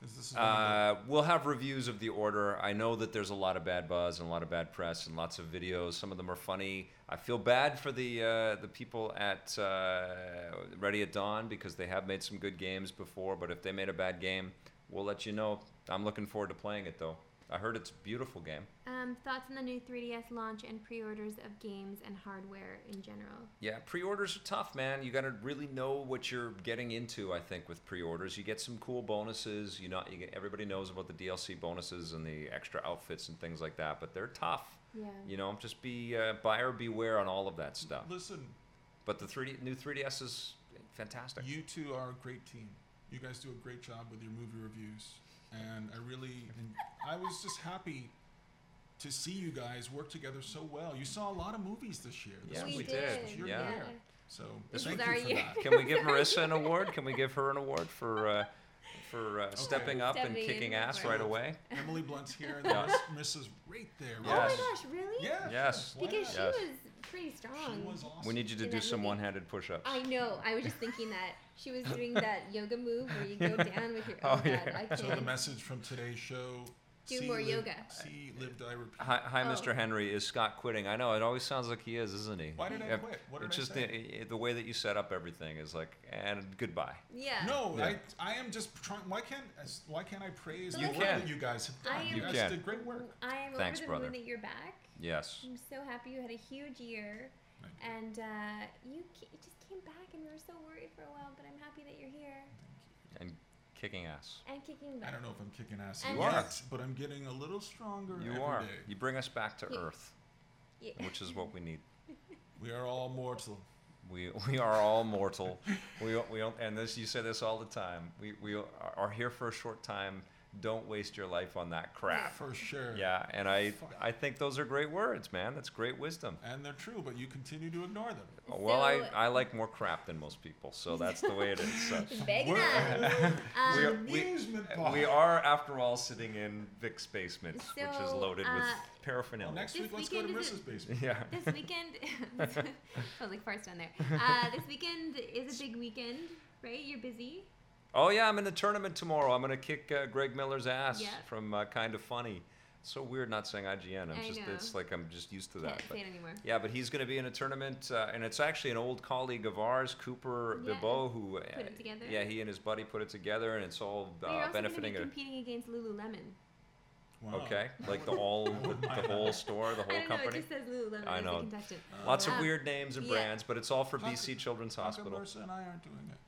Speaker 3: 'Cause this is one of the-
Speaker 1: Uh, we'll have reviews of the order. I know that there's a lot of bad buzz and a lot of bad press and lots of videos. Some of them are funny. I feel bad for the uh, the people at uh, Ready at Dawn because they have made some good games before. But if they made a bad game, we'll let you know. I'm looking forward to playing it though. I heard it's a beautiful game.
Speaker 2: Um, thoughts on the new 3DS launch and pre-orders of games and hardware in general.
Speaker 1: Yeah, pre-orders are tough, man. You got to really know what you're getting into. I think with pre-orders, you get some cool bonuses. You know, you get, everybody knows about the DLC bonuses and the extra outfits and things like that, but they're tough.
Speaker 2: Yeah.
Speaker 1: You know, just be uh, buyer beware on all of that stuff.
Speaker 3: Listen,
Speaker 1: But the 3D new 3DS is fantastic.
Speaker 3: you two are a great team. You guys do a great job with your movie reviews, and I really, and I was just happy to see you guys work together so well. You saw a lot of movies this year. This
Speaker 1: Yeah,
Speaker 3: was
Speaker 1: we
Speaker 3: your- this
Speaker 1: did.
Speaker 3: was your
Speaker 1: Yeah.
Speaker 3: year. So
Speaker 1: This
Speaker 3: thank
Speaker 2: was
Speaker 3: you
Speaker 2: our
Speaker 3: for
Speaker 2: year.
Speaker 3: that.
Speaker 1: Can we give Marissa an award? Can we give her an award for uh, for uh, stepping up
Speaker 2: Stepping
Speaker 1: and
Speaker 2: in
Speaker 1: kicking
Speaker 2: with
Speaker 1: ass
Speaker 2: work.
Speaker 1: right away?
Speaker 3: Emily Blunt's here, and
Speaker 1: Yeah.
Speaker 3: yeah. Mrs. right there.
Speaker 2: Oh my
Speaker 1: Yes.
Speaker 2: gosh, really?
Speaker 3: Yeah. sure.
Speaker 1: Yes.
Speaker 3: Why
Speaker 2: Because she
Speaker 3: not?
Speaker 1: Yes.
Speaker 2: was pretty strong.
Speaker 3: She was awesome.
Speaker 1: We need you to
Speaker 2: In
Speaker 1: do
Speaker 2: that
Speaker 1: some
Speaker 2: movie.
Speaker 1: one-handed push-ups.
Speaker 2: I know. I was just thinking that she was doing that yoga move where you go down with your.
Speaker 1: Oh,
Speaker 2: Oh, God,
Speaker 1: yeah.
Speaker 2: I
Speaker 3: So the
Speaker 2: can't.
Speaker 3: message from today's show:
Speaker 2: Do
Speaker 3: see,
Speaker 2: more
Speaker 3: live-
Speaker 2: yoga.
Speaker 3: See, live, die, repeat.
Speaker 1: Hi, hi
Speaker 2: Oh.
Speaker 1: Mr. Henry. Is Scott quitting? I know it always sounds like he is, isn't he?
Speaker 3: Why did I
Speaker 1: Yeah,
Speaker 3: quit? What did
Speaker 1: it's
Speaker 3: I
Speaker 1: just
Speaker 3: say?
Speaker 1: The, eh, the way that you set up everything is like, and goodbye.
Speaker 2: yeah.
Speaker 3: No,
Speaker 1: Yeah.
Speaker 3: I, I am just trying. Why can't as- why can't I praise
Speaker 2: You
Speaker 3: the work
Speaker 1: can.
Speaker 3: that you guys have
Speaker 2: I
Speaker 3: done?
Speaker 2: am-
Speaker 3: You
Speaker 1: You
Speaker 3: guys
Speaker 1: can.
Speaker 3: did great work.
Speaker 2: I am
Speaker 1: Thanks,
Speaker 2: over the
Speaker 1: brother.
Speaker 2: moon that you're back.
Speaker 1: Yes.
Speaker 2: I'm so happy you had a huge year,
Speaker 3: Thank you.
Speaker 2: and uh, you ca- you just came back, and we were so worried for a while, but I'm happy that you're here
Speaker 1: And kicking ass.
Speaker 2: and kicking
Speaker 3: I
Speaker 2: butt.
Speaker 3: don't know if I'm kicking ass
Speaker 2: And-
Speaker 1: You are.
Speaker 3: yet, but I'm getting a little stronger every
Speaker 1: You are.
Speaker 3: day.
Speaker 1: You bring us back to
Speaker 2: Yeah.
Speaker 1: earth,
Speaker 2: Yeah.
Speaker 1: which is what we need.
Speaker 3: We are all mortal.
Speaker 1: We, we are all mortal. We, we don't, and this you say this all the time. We, we are here for a short time. Don't waste your life on that crap.
Speaker 3: For sure.
Speaker 1: Yeah, and I
Speaker 3: Fuck.
Speaker 1: I think those are great words, man. That's great wisdom.
Speaker 3: And they're true, but you continue to ignore them.
Speaker 1: Well, I,
Speaker 2: So-
Speaker 1: I like more crap than most people, so that's the way it is. So.
Speaker 2: Big
Speaker 3: We're-
Speaker 2: enough.
Speaker 1: We
Speaker 2: Um,
Speaker 1: are- we-
Speaker 3: Amusement park.
Speaker 1: We are, after all, sitting in Vic's basement, which is
Speaker 2: So,
Speaker 1: loaded with
Speaker 2: uh,
Speaker 1: paraphernalia.
Speaker 3: Next
Speaker 2: This
Speaker 3: week, let's go to
Speaker 2: weekend is
Speaker 3: Mrs. Basement.
Speaker 1: yeah.
Speaker 2: this weekend sounds like farts down there. Uh, this weekend is a big weekend, right? You're busy.
Speaker 1: Oh yeah, I'm in the tournament tomorrow. I'm gonna kick uh, Greg Miller's ass
Speaker 2: Yeah.
Speaker 1: from uh, Kind of Funny. so weird not saying IGN. I'm
Speaker 2: I
Speaker 1: just
Speaker 2: know.
Speaker 1: it's like I'm just used to that.
Speaker 2: Can't
Speaker 1: but-
Speaker 2: say it anymore.
Speaker 1: Yeah, but he's going to be in a tournament, uh, and it's actually an old colleague of ours, Cooper
Speaker 2: Yeah,
Speaker 1: Bibeau, who uh,
Speaker 2: put it together.
Speaker 1: Yeah, he and his buddy put it together, and it's all
Speaker 2: But you're
Speaker 1: uh,
Speaker 2: also
Speaker 1: benefiting.
Speaker 2: gonna
Speaker 1: a-
Speaker 2: be competing against Lululemon.
Speaker 3: Wow.
Speaker 1: okay,
Speaker 3: I
Speaker 1: like the
Speaker 3: wouldn't-
Speaker 1: all,
Speaker 3: I wouldn't
Speaker 1: the
Speaker 3: mind
Speaker 1: whole
Speaker 3: that.
Speaker 1: store, the
Speaker 2: I
Speaker 1: whole
Speaker 2: don't know. It
Speaker 1: company.
Speaker 2: just says Lululemon
Speaker 1: I
Speaker 2: as
Speaker 1: know.
Speaker 2: a contestant.
Speaker 1: Lots of
Speaker 2: Uh,
Speaker 1: weird names and
Speaker 2: yeah.
Speaker 1: brands, but it's all for
Speaker 3: How
Speaker 1: BC
Speaker 3: come-
Speaker 1: Children's
Speaker 3: How come
Speaker 1: Hospital.
Speaker 3: Marissa and I aren't doing it?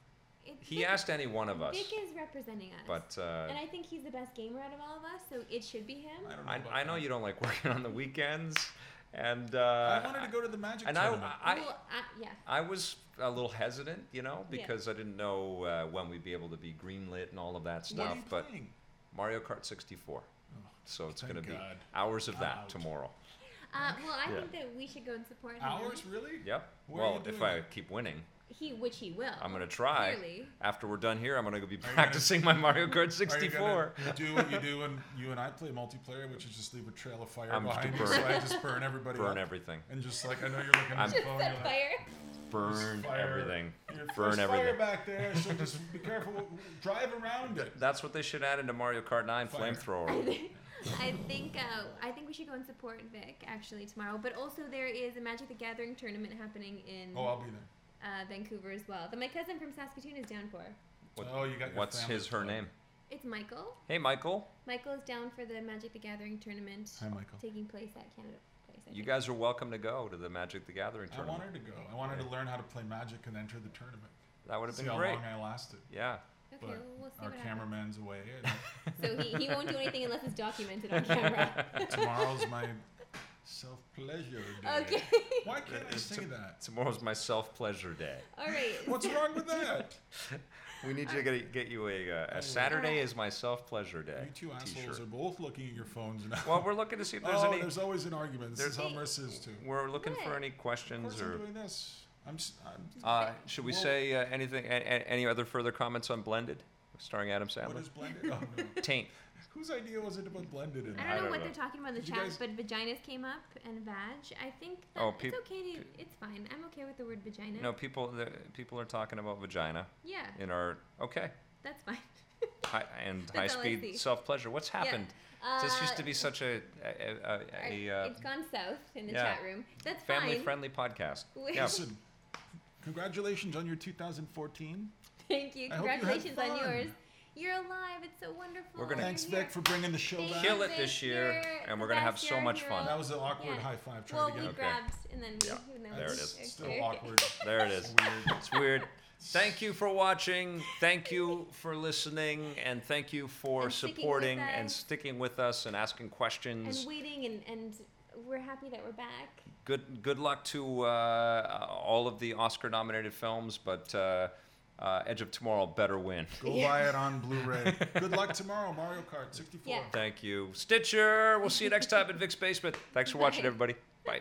Speaker 2: It,
Speaker 1: He
Speaker 2: Vic-
Speaker 1: asked any one of us,
Speaker 2: Vic is representing us.
Speaker 1: but uh,
Speaker 2: and I think he's the best gamer out of all of us, so it should be him.
Speaker 3: I don't know.
Speaker 1: I,
Speaker 3: about
Speaker 1: I know
Speaker 3: that.
Speaker 1: you don't like working on the weekends, and uh,
Speaker 3: I wanted to go to the Magic
Speaker 1: and I, uh,
Speaker 3: Tournament.
Speaker 1: I,
Speaker 2: well, I, yeah.
Speaker 1: I was a little hesitant, you know,
Speaker 2: Yeah.
Speaker 1: because I didn't know uh, when we'd be able to be greenlit and all of that
Speaker 3: what
Speaker 1: stuff.
Speaker 3: are you
Speaker 1: But
Speaker 3: playing?
Speaker 1: Mario Kart 64.
Speaker 3: Oh,
Speaker 1: So it's
Speaker 3: thank
Speaker 1: going to be
Speaker 3: God.
Speaker 1: hours of that
Speaker 3: Out.
Speaker 1: tomorrow.
Speaker 2: Uh, well, I
Speaker 1: Yeah.
Speaker 2: think that we should go and support him.
Speaker 3: Hours, really?
Speaker 1: Yep.
Speaker 3: Where are
Speaker 1: well,
Speaker 3: you
Speaker 1: if
Speaker 3: doing
Speaker 1: I
Speaker 3: it?
Speaker 1: keep winning,
Speaker 2: He, which he will.
Speaker 1: I'm going to try.
Speaker 2: Clearly.
Speaker 1: After we're done here, I'm going to be
Speaker 3: gonna-
Speaker 1: practicing my Mario Kart
Speaker 3: Are you
Speaker 1: 64.
Speaker 3: gonna do what you do when you and I play multiplayer, which is just leave a trail of fire
Speaker 1: I'm just
Speaker 3: behind
Speaker 1: to
Speaker 3: you, so
Speaker 1: burn.
Speaker 3: I just burn everybody
Speaker 1: Burn
Speaker 3: up.
Speaker 1: everything.
Speaker 3: and just like I know you're looking at
Speaker 1: I'm-
Speaker 3: your phone, you're
Speaker 2: Set
Speaker 3: like,
Speaker 2: fire.
Speaker 1: Burn
Speaker 3: fire-
Speaker 1: everything.
Speaker 3: Your
Speaker 1: Burn
Speaker 3: first fire
Speaker 1: everything.
Speaker 3: back there, so just be careful. Drive around it.
Speaker 1: That's what they should add into Mario Kart 9
Speaker 3: Fire.
Speaker 2: I
Speaker 1: flamethrower.
Speaker 2: think- I think uh, I think we should go and support Vic actually tomorrow. But also there is a Magic the Gathering tournament happening in
Speaker 3: Oh, I'll be there.
Speaker 2: uh, Vancouver as well. That my cousin from Saskatoon is down for.
Speaker 1: What-
Speaker 3: oh, you got. Your
Speaker 1: What's
Speaker 3: family
Speaker 1: his, her
Speaker 3: photo.
Speaker 1: name?
Speaker 2: It's Michael.
Speaker 1: Hey, Michael.
Speaker 2: Michael is down for the Magic the Gathering tournament
Speaker 3: Hi, Michael.
Speaker 2: taking place at Canada Place. I
Speaker 1: You
Speaker 2: think.
Speaker 1: guys are welcome to go to the Magic the Gathering
Speaker 3: I
Speaker 1: tournament.
Speaker 3: wanted to go. I wanted to learn how to play Magic and enter the tournament.
Speaker 1: That would have
Speaker 3: See
Speaker 1: been
Speaker 3: how
Speaker 1: great.
Speaker 3: long I lasted.
Speaker 1: Yeah.
Speaker 2: okay,
Speaker 3: but
Speaker 2: well, we'll see
Speaker 3: Our
Speaker 2: what happens.
Speaker 3: cameraman's away, and
Speaker 2: So he, he won't do anything unless it's documented on camera.
Speaker 3: tomorrow's my self-pleasure day.
Speaker 2: okay.
Speaker 3: Why can't I
Speaker 1: It's
Speaker 3: say that?
Speaker 1: Tomorrow's my self pleasure day.
Speaker 2: All right.
Speaker 3: What's wrong with that?
Speaker 1: We need you to get, get you a, uh, a Saturday is my self pleasure day.
Speaker 3: You two assholes
Speaker 1: t-shirt.
Speaker 3: are both looking at your phones now.
Speaker 1: Well, we're looking to see if there's
Speaker 3: oh,
Speaker 1: any.
Speaker 3: there's always an argument. This
Speaker 1: there's-
Speaker 3: is how Marissa is too. Of
Speaker 1: we're looking for
Speaker 2: What?
Speaker 1: any questions
Speaker 3: course I'm
Speaker 1: or.
Speaker 3: doing this. I'm, s am
Speaker 1: Uh, should we
Speaker 3: Well-
Speaker 1: say uh, anything? A, a, any other further comments on Blended, starring Adam Sandler?
Speaker 3: What is blended? Oh, no.
Speaker 1: Taint.
Speaker 3: Whose idea was it to put blended in?
Speaker 2: I
Speaker 1: I
Speaker 2: don't know
Speaker 1: don't
Speaker 2: what
Speaker 1: know.
Speaker 2: they're talking about in the
Speaker 3: Did you
Speaker 2: chat,
Speaker 3: guys-
Speaker 2: but vaginas came up and vag. I think that
Speaker 1: Oh,
Speaker 2: it's
Speaker 1: peop-
Speaker 2: okay to. It's fine. I'm okay with the word vagina.
Speaker 1: No, people the, people are talking about vagina
Speaker 2: Yeah,
Speaker 1: in our okay
Speaker 2: that's fine.
Speaker 1: high, and
Speaker 2: That's all I
Speaker 1: high
Speaker 2: see.
Speaker 1: speed self pleasure. What's happened?
Speaker 2: Yeah.
Speaker 1: This used
Speaker 2: Uh,
Speaker 1: to be such a a,
Speaker 2: I-
Speaker 1: a, a, a uh,
Speaker 2: it's gone south in the
Speaker 1: yeah.
Speaker 2: chat room. That's
Speaker 1: family
Speaker 2: fine.
Speaker 1: friendly podcast.
Speaker 2: We-
Speaker 1: Yeah.
Speaker 3: Listen, congratulations on your 2014.
Speaker 2: Thank you.
Speaker 3: I hope you had
Speaker 2: Congratulations on
Speaker 3: fun.
Speaker 2: yours. You're alive. It's so wonderful.
Speaker 1: We're gonna-
Speaker 2: You're
Speaker 3: Thanks,
Speaker 2: here.
Speaker 3: Vic, for bringing the show
Speaker 2: Thank
Speaker 3: back.
Speaker 2: you,
Speaker 1: Kill it
Speaker 2: Vic.
Speaker 1: this year,
Speaker 2: You're
Speaker 1: and
Speaker 2: the
Speaker 1: we're gonna have
Speaker 2: best.
Speaker 1: so
Speaker 2: You're a
Speaker 1: much
Speaker 2: hero.
Speaker 1: fun.
Speaker 3: That was an awkward
Speaker 2: Yeah.
Speaker 3: high five trying
Speaker 2: Well,
Speaker 3: to
Speaker 2: we
Speaker 3: get
Speaker 1: Okay.
Speaker 2: grabbed and then we.
Speaker 1: Yeah.
Speaker 2: and then
Speaker 1: There
Speaker 2: we-
Speaker 1: it is.
Speaker 2: okay.
Speaker 3: Still awkward.
Speaker 1: There it is.
Speaker 3: Weird.
Speaker 1: It's weird. Thank you for watching. Thank you for listening, and thank you for
Speaker 2: And sticking with
Speaker 1: supporting and
Speaker 2: us.
Speaker 1: sticking with us and asking questions.
Speaker 2: And waiting and and we're happy that we're back.
Speaker 1: good good luck to uh, all of the Oscar nominated films, but uh, uh, Edge of Tomorrow better win.
Speaker 3: Go
Speaker 2: Yeah.
Speaker 3: buy it on Blu-ray. Good luck tomorrow, Mario Kart 64.
Speaker 2: Yeah.
Speaker 1: Thank you, Stitcher. We'll see you next time at Vic's Basement. Thanks for watching,
Speaker 2: Bye.
Speaker 1: everybody. Bye.